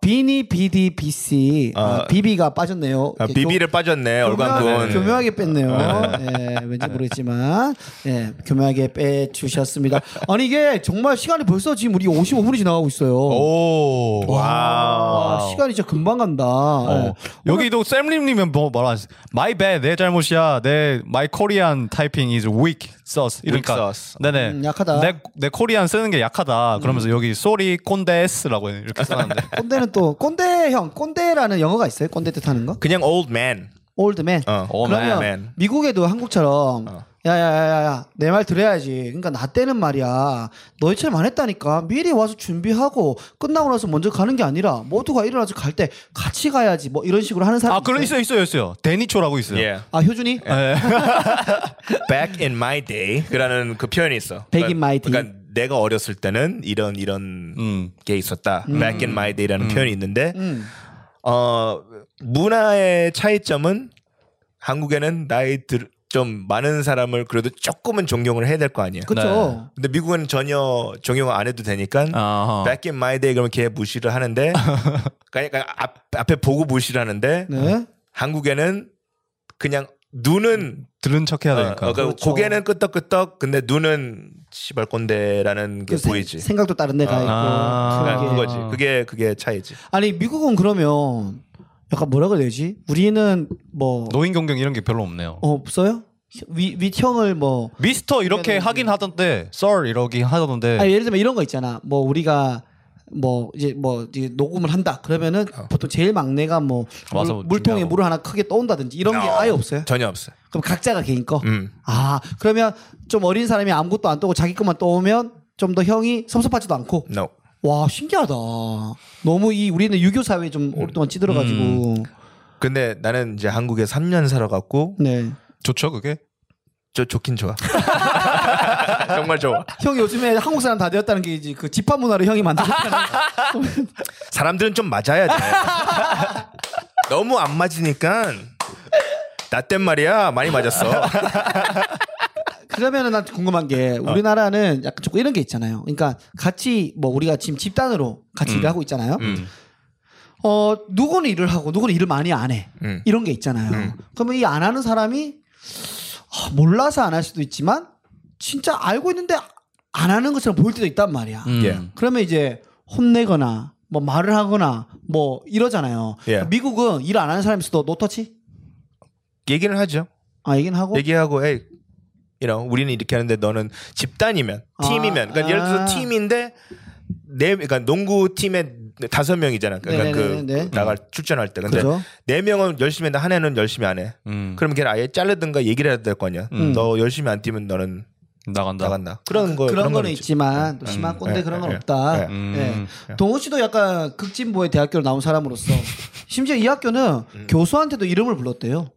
비니 비디 비씨 아, 아, 비비가 빠졌네요. 아, 이렇게 비비를 빠졌네, 교묘하게, 얼간군. 교묘하게 뺐네요. 예, 왠지 모르겠지만, 예, 교묘하게 빼주셨습니다. 아니, 이게 정말 시간이 벌써 지금 우리 55분이 지나가고 있어요. 오. 와, 와우. 시간이 진짜 금방 간다. 어. 여기도 쌤님이면 뭐 말안 했어. My bad, 내 잘못이야. 내 my Korean typing is weak sauce. 이러니까 Weak sauce. 음. 네네 음, 약하다. 내, 내 코리안 쓰는 게 약하다. 그러면서 여기 sorry, 콘데스라고 이렇게 써놨는데. <laughs> 예. 꼰대는 또, 꼰대 형, 꼰대라는 영어가 있어요? 꼰대 뜻하는 거? 그냥 old man. 올드맨. 어, old 그러면 man. 미국에도 한국처럼 어. 야야야야 내 말 들어야지. 그러니까 나 때는 말이야 너희처럼 안 했다니까 미리 와서 준비하고 끝나고 나서 먼저 가는 게 아니라 모두가 일어나서 갈 때 같이 가야지 뭐 이런 식으로 하는 사람. 아 그런 있어요, 있어요, 있어요. 데니초라고 있어요. Yeah. 아 효준이 네. Back in my day 그라는 그 표현이 있어. Back in my day. 그러니까 내가 어렸을 때는 이런 이런 음. 게 있었다. Back in my day라는 음. 표현이 있는데 어 문화의 차이점은 한국에는 나이 들, 좀 많은 사람을 그래도 조금은 존경을 해야 될 거 아니야. 그렇죠. 근데 미국은 전혀 적용 안 해도 되니까 어. 아하. Back in my day 그러면 걔 무시를 <laughs> 하는데 그러니까 앞, 앞에 보고 무시를 하는데 네. 한국에는 그냥 눈은 들은 척해야 어, 되니까. 어, 그러니까 그렇죠. 고개는 끄떡끄떡 근데 눈은 시발 꼰대라는 게 그 세- 보이지. 생각도 다른 데가 있고. 아. 그러니까 그런 게. 그거지. 그게 그게 차이지. 아니 미국은 그러면 약간 뭐라 그래야 되지? 우리는 뭐 노인 경경 이런 게 별로 없네요. 어, 없어요? 위, 위형을 뭐 미스터 이렇게 하긴 하던데, 썰 이러기 하던데. 아니, 예를 들면 이런 거 있잖아. 뭐 우리가 뭐 이제 뭐 이제 녹음을 한다. 그러면은 보통 제일 막내가 뭐 와서 물, 물통에 어. 준비하고. 물을 하나 크게 떠온다든지 이런 게 아예 없어요. 전혀 없어요. 그럼 각자가 개인 거. 음. 아 그러면 좀 어린 사람이 아무것도 안 떠고 자기 것만 떠오면 좀 더 형이 섭섭하지도 않고. No. 와 신기하다. 너무 이 우리는 유교 사회에 좀 음. 오랫동안 찌들어가지고. 근데 나는 이제 한국에 3년 살아갔고 네. 좋죠, 그게? 저 좋긴 좋아. <laughs> 정말 좋아. 형 요즘에 한국 사람 다 되었다는 게 이제 그 집합 문화를 형이 만들었다는. 사람들은 좀 맞아야 돼. 너무 안 맞으니까 나 땐 말이야 많이 맞았어. 그러면은 난 궁금한 게 우리나라는 약간 조금 이런 게 있잖아요. 그러니까 같이 뭐 우리가 지금 집단으로 같이 일을 하고 있잖아요. 어 누구는 일을 하고 누구는 일을 많이 안 해. 음. 이런 게 있잖아요. 음. 그러면 이 안 하는 사람이 아, 몰라서 안 할 수도 있지만 진짜 알고 있는데 안 하는 것처럼 보일 때도 있단 말이야. 음. 예. 그러면 이제 혼내거나 뭐 말을 하거나 뭐 이러잖아요. 예. 미국은 일 안 하는 사람 있어도 노터치? 얘기는 하죠. 아, 얘기는 하고. 얘기하고 에이 you know, 우리는 이렇게 하는데 너는 집단이면 아, 팀이면 그러니까 예를 들어서 아. 팀인데 네 그러니까 농구 팀에 다섯 명이잖아. 그러니까 그 네네네네. 나갈 출전할 때 근데 그죠? 네 명은 열심히 했는데 한 애는 열심히 안 해. 음. 그럼 걔는 아예 자르든가 얘기를 해야 될 거 아니야. 음. 너 열심히 안 뛰면 너는 나간다. 나간다. 그런 거 그런 건 거는 있지만 또 심한 꼰대 예, 그런 건 예, 없다. 예. 음. 예. 동호 씨도 약간 극진보의 대학교를 나온 사람으로서 심지어 이 학교는 교수한테도 이름을 불렀대요.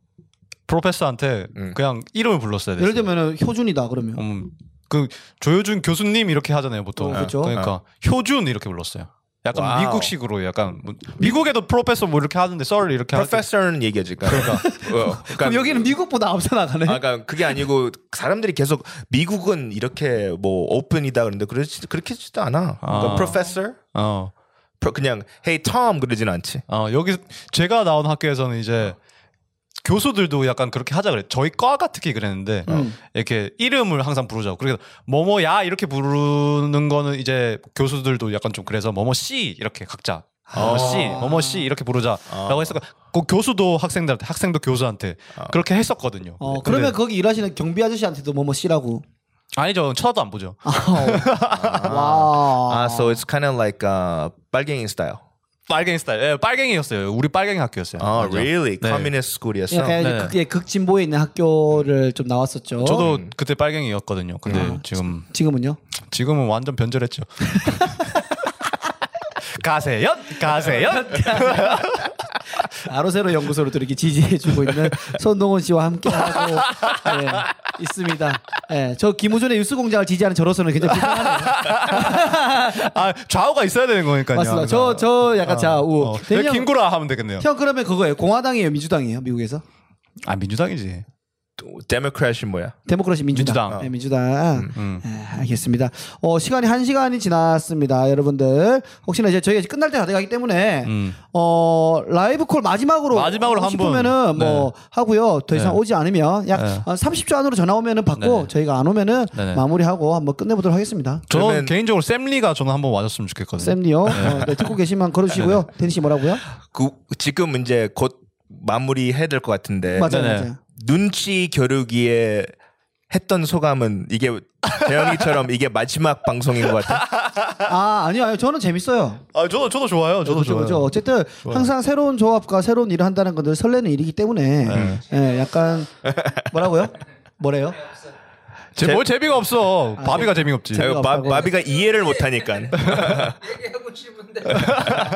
프로페서한테 음. 그냥 이름을 불렀어야 돼. 예를 들면 효준이다 그러면 음, 그 조효준 교수님 이렇게 하잖아요 보통. 어, 그쵸. 그러니까 효준 이렇게 불렀어요. 약간 와우. 미국식으로 약간 뭐, 미국에도 프로페서 뭐 이렇게 하는데 썰 이렇게 하고 프로페서는 얘기하지. <laughs> 그러니까, 어, 그러니까 그럼 여기는 미국보다 앞서 나가네. 아, 그러니까 그게 아니고 사람들이 계속 미국은 이렇게 뭐 오픈이다 그러는데 그렇지 그렇게지도 않아. 그러니까 아. 프로페서 어, 프로- 그냥 헤이 톰 그러진 않지. 어 여기 제가 나온 학교에서는 이제 어. 교수들도 약간 그렇게 하자 그래. 저희 과가 특히 그랬는데 음. 이렇게 이름을 항상 부르자고. 그래서 뭐뭐야 이렇게 부르는 거는 이제 교수들도 약간 좀 그래서 뭐뭐 씨 이렇게 각자 아. 뭐뭐 씨 뭐뭐 씨 이렇게 부르자라고 했었고 그 교수도 학생들한테 학생도 교수한테 그렇게 했었거든요. 아. 어, 근데- 그러면 거기 일하시는 경비 아저씨한테도 뭐뭐 씨라고. 아니죠 쳐다도 안 보죠. 아, 와. 아, so it's kind of like uh, 빨갱이 스타일. 빨갱이 스타일. 예, 빨갱이였어요. 우리 빨갱이 학교였어요. 아, 맞아. really? 네. 커뮤니스트 스쿨이었어. 약간 이제 네. 극, 극진보에 있는 학교를 좀 나왔었죠. 저도 그때 빨갱이였거든요. 근데 아. 지금 지금은요? 지금은 완전 변절했죠. <laughs> 가세연, 가세연. 아로세로 연구소로 또 이렇게 지지해주고 있는 손동원 씨와 함께하고 예, 있습니다. 예, 저 김우준의 뉴스공장을 지지하는 저로서는 굉장히 <laughs> 불편하네요. 아 좌우가 있어야 되는 거니까요. 맞습니다. 저, 저 약간 좌우. 어, 대리 형- 김구라 하면 되겠네요. 형 그러면 그거예요. 공화당이에요, 민주당이에요, 미국에서? 아 민주당이지. 데모크래시 뭐야? 데모크라시 민주당. 민주당. 어. 음, 네, 민주당. 예, 알겠습니다. 어, 시간이 한 시간이 지났습니다. 여러분들. 혹시나 이제 저희가 이제 끝날 때가 돼가기 때문에, 음. 어, 라이브 콜 마지막으로. 마지막으로 하고 한 분. 싶으면은 뭐 하고요. 더 이상 네. 오지 않으면 약 네. 30초 안으로 전화 오면은 받고 네네. 저희가 안 오면은 네네. 마무리하고 한번 끝내보도록 하겠습니다. 저는 그러면- 개인적으로 샘리가 저는 한번 와줬으면 좋겠거든요. 쌤리요. 어, 네, 듣고 계시면 걸어주시고요. 데니 씨 뭐라고요? 그 지금 이제 곧 마무리 해야 될 것 같은데 맞아요. 네네. 맞아요. 눈치 겨루기에 했던 소감은 이게 재영이처럼 이게 마지막 방송인 것 같아. 아, 아니요. 아니요. 저는 재밌어요. 아 저도 저도 좋아요. 저도 그렇죠, 그죠, 좋아요. 그죠. 뭐. 어쨌든 항상 새로운 조합과 새로운 일을 한다는 건늘 설레는 일이기 때문에 예, 약간 뭐라고요? 뭐래요? 제, 뭘 재미가 없어. 아, 바비가 재미가 없지. 재미가 바, 없다고. 바비가 이해를 못하니까. 얘기하고 싶은데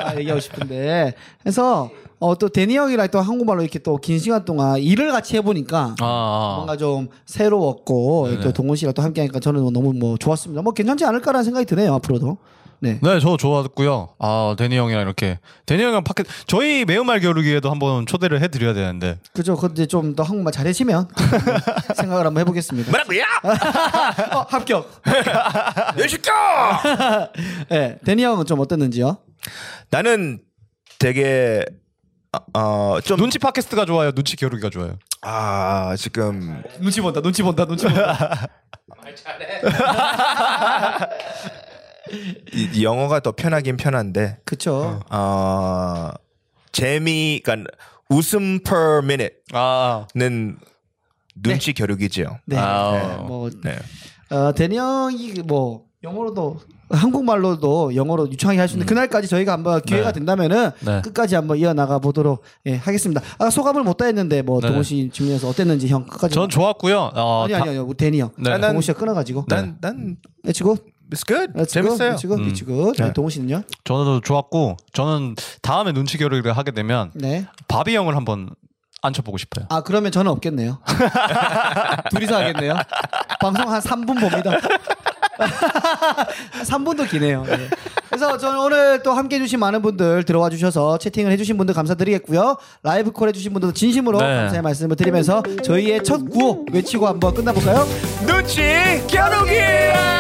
아, 얘기하고 싶은데 그래서 어, 또 데니 형이랑 또 한국말로 이렇게 또 긴 시간 동안 일을 같이 해보니까 아, 아. 뭔가 좀 새로웠고 또 동훈 씨랑 또 함께하니까 저는 뭐 너무 뭐 좋았습니다. 뭐 괜찮지 않을까라는 생각이 드네요 앞으로도. 네. 네, 저 좋았고요. 아, 데니 형이랑 이렇게 데니 형이랑 파켓 저희 매운말 겨루기에도 한번 초대를 해드려야 되는데 그죠. 근데 좀 더 한국말 잘해지면 <laughs> 생각을 한번 해보겠습니다. 뭐라고요? 어, 합격. 여시켜! 네. 데니 형은 좀 어땠는지요? 나는 되게 어좀 눈치 팟캐스트가 좋아요, 눈치 겨루기가 좋아요. 아 지금 눈치 본다. 눈치 본다. 눈치 본다. 이- 이 영어가 더 편하긴 편한데 그쵸. 어 재미 그러니까 웃음 per minute는 아, 눈치 겨루기지요. 네. 아, 뭐 네. 어, 대니 형이 뭐 영어로도 한국말로도 영어로 유창하게 할 수 있는 그날까지 저희가 한번 기회가 된다면은 음. 네. 끝까지 한번 이어나가 보도록 예, 하겠습니다. 아, 소감을 못 다 했는데 뭐 네네. 동호 씨 측면에서 어땠는지 형 끝까지 뭐. 전 좋았고요. 어, 아니 다- 아니 아니 우리 대니 형 네. 동호 씨가 끊어가지고 난 난 해치고 it's good. 재밌어요. 해치고 음. 해치고 네, 네. 동호 씨는요? 저도 좋았고 저는 다음에 눈치 겨루기를 하게 되면 네. 바비 형을 한번 앉혀보고 싶어요. 아 그러면 저는 없겠네요. <laughs> 둘이서 하겠네요. 방송 한 3분 봅니다. <laughs> 3분도 기네요. 네. 그래서 저는 오늘 또 함께 해주신 많은 분들 들어와 주셔서 채팅을 해주신 분들 감사드리겠고요. 라이브 콜 해주신 분들도 진심으로 네. 감사의 말씀을 드리면서 저희의 첫 구호 외치고 한번 끝나볼까요? 눈치 겨루기!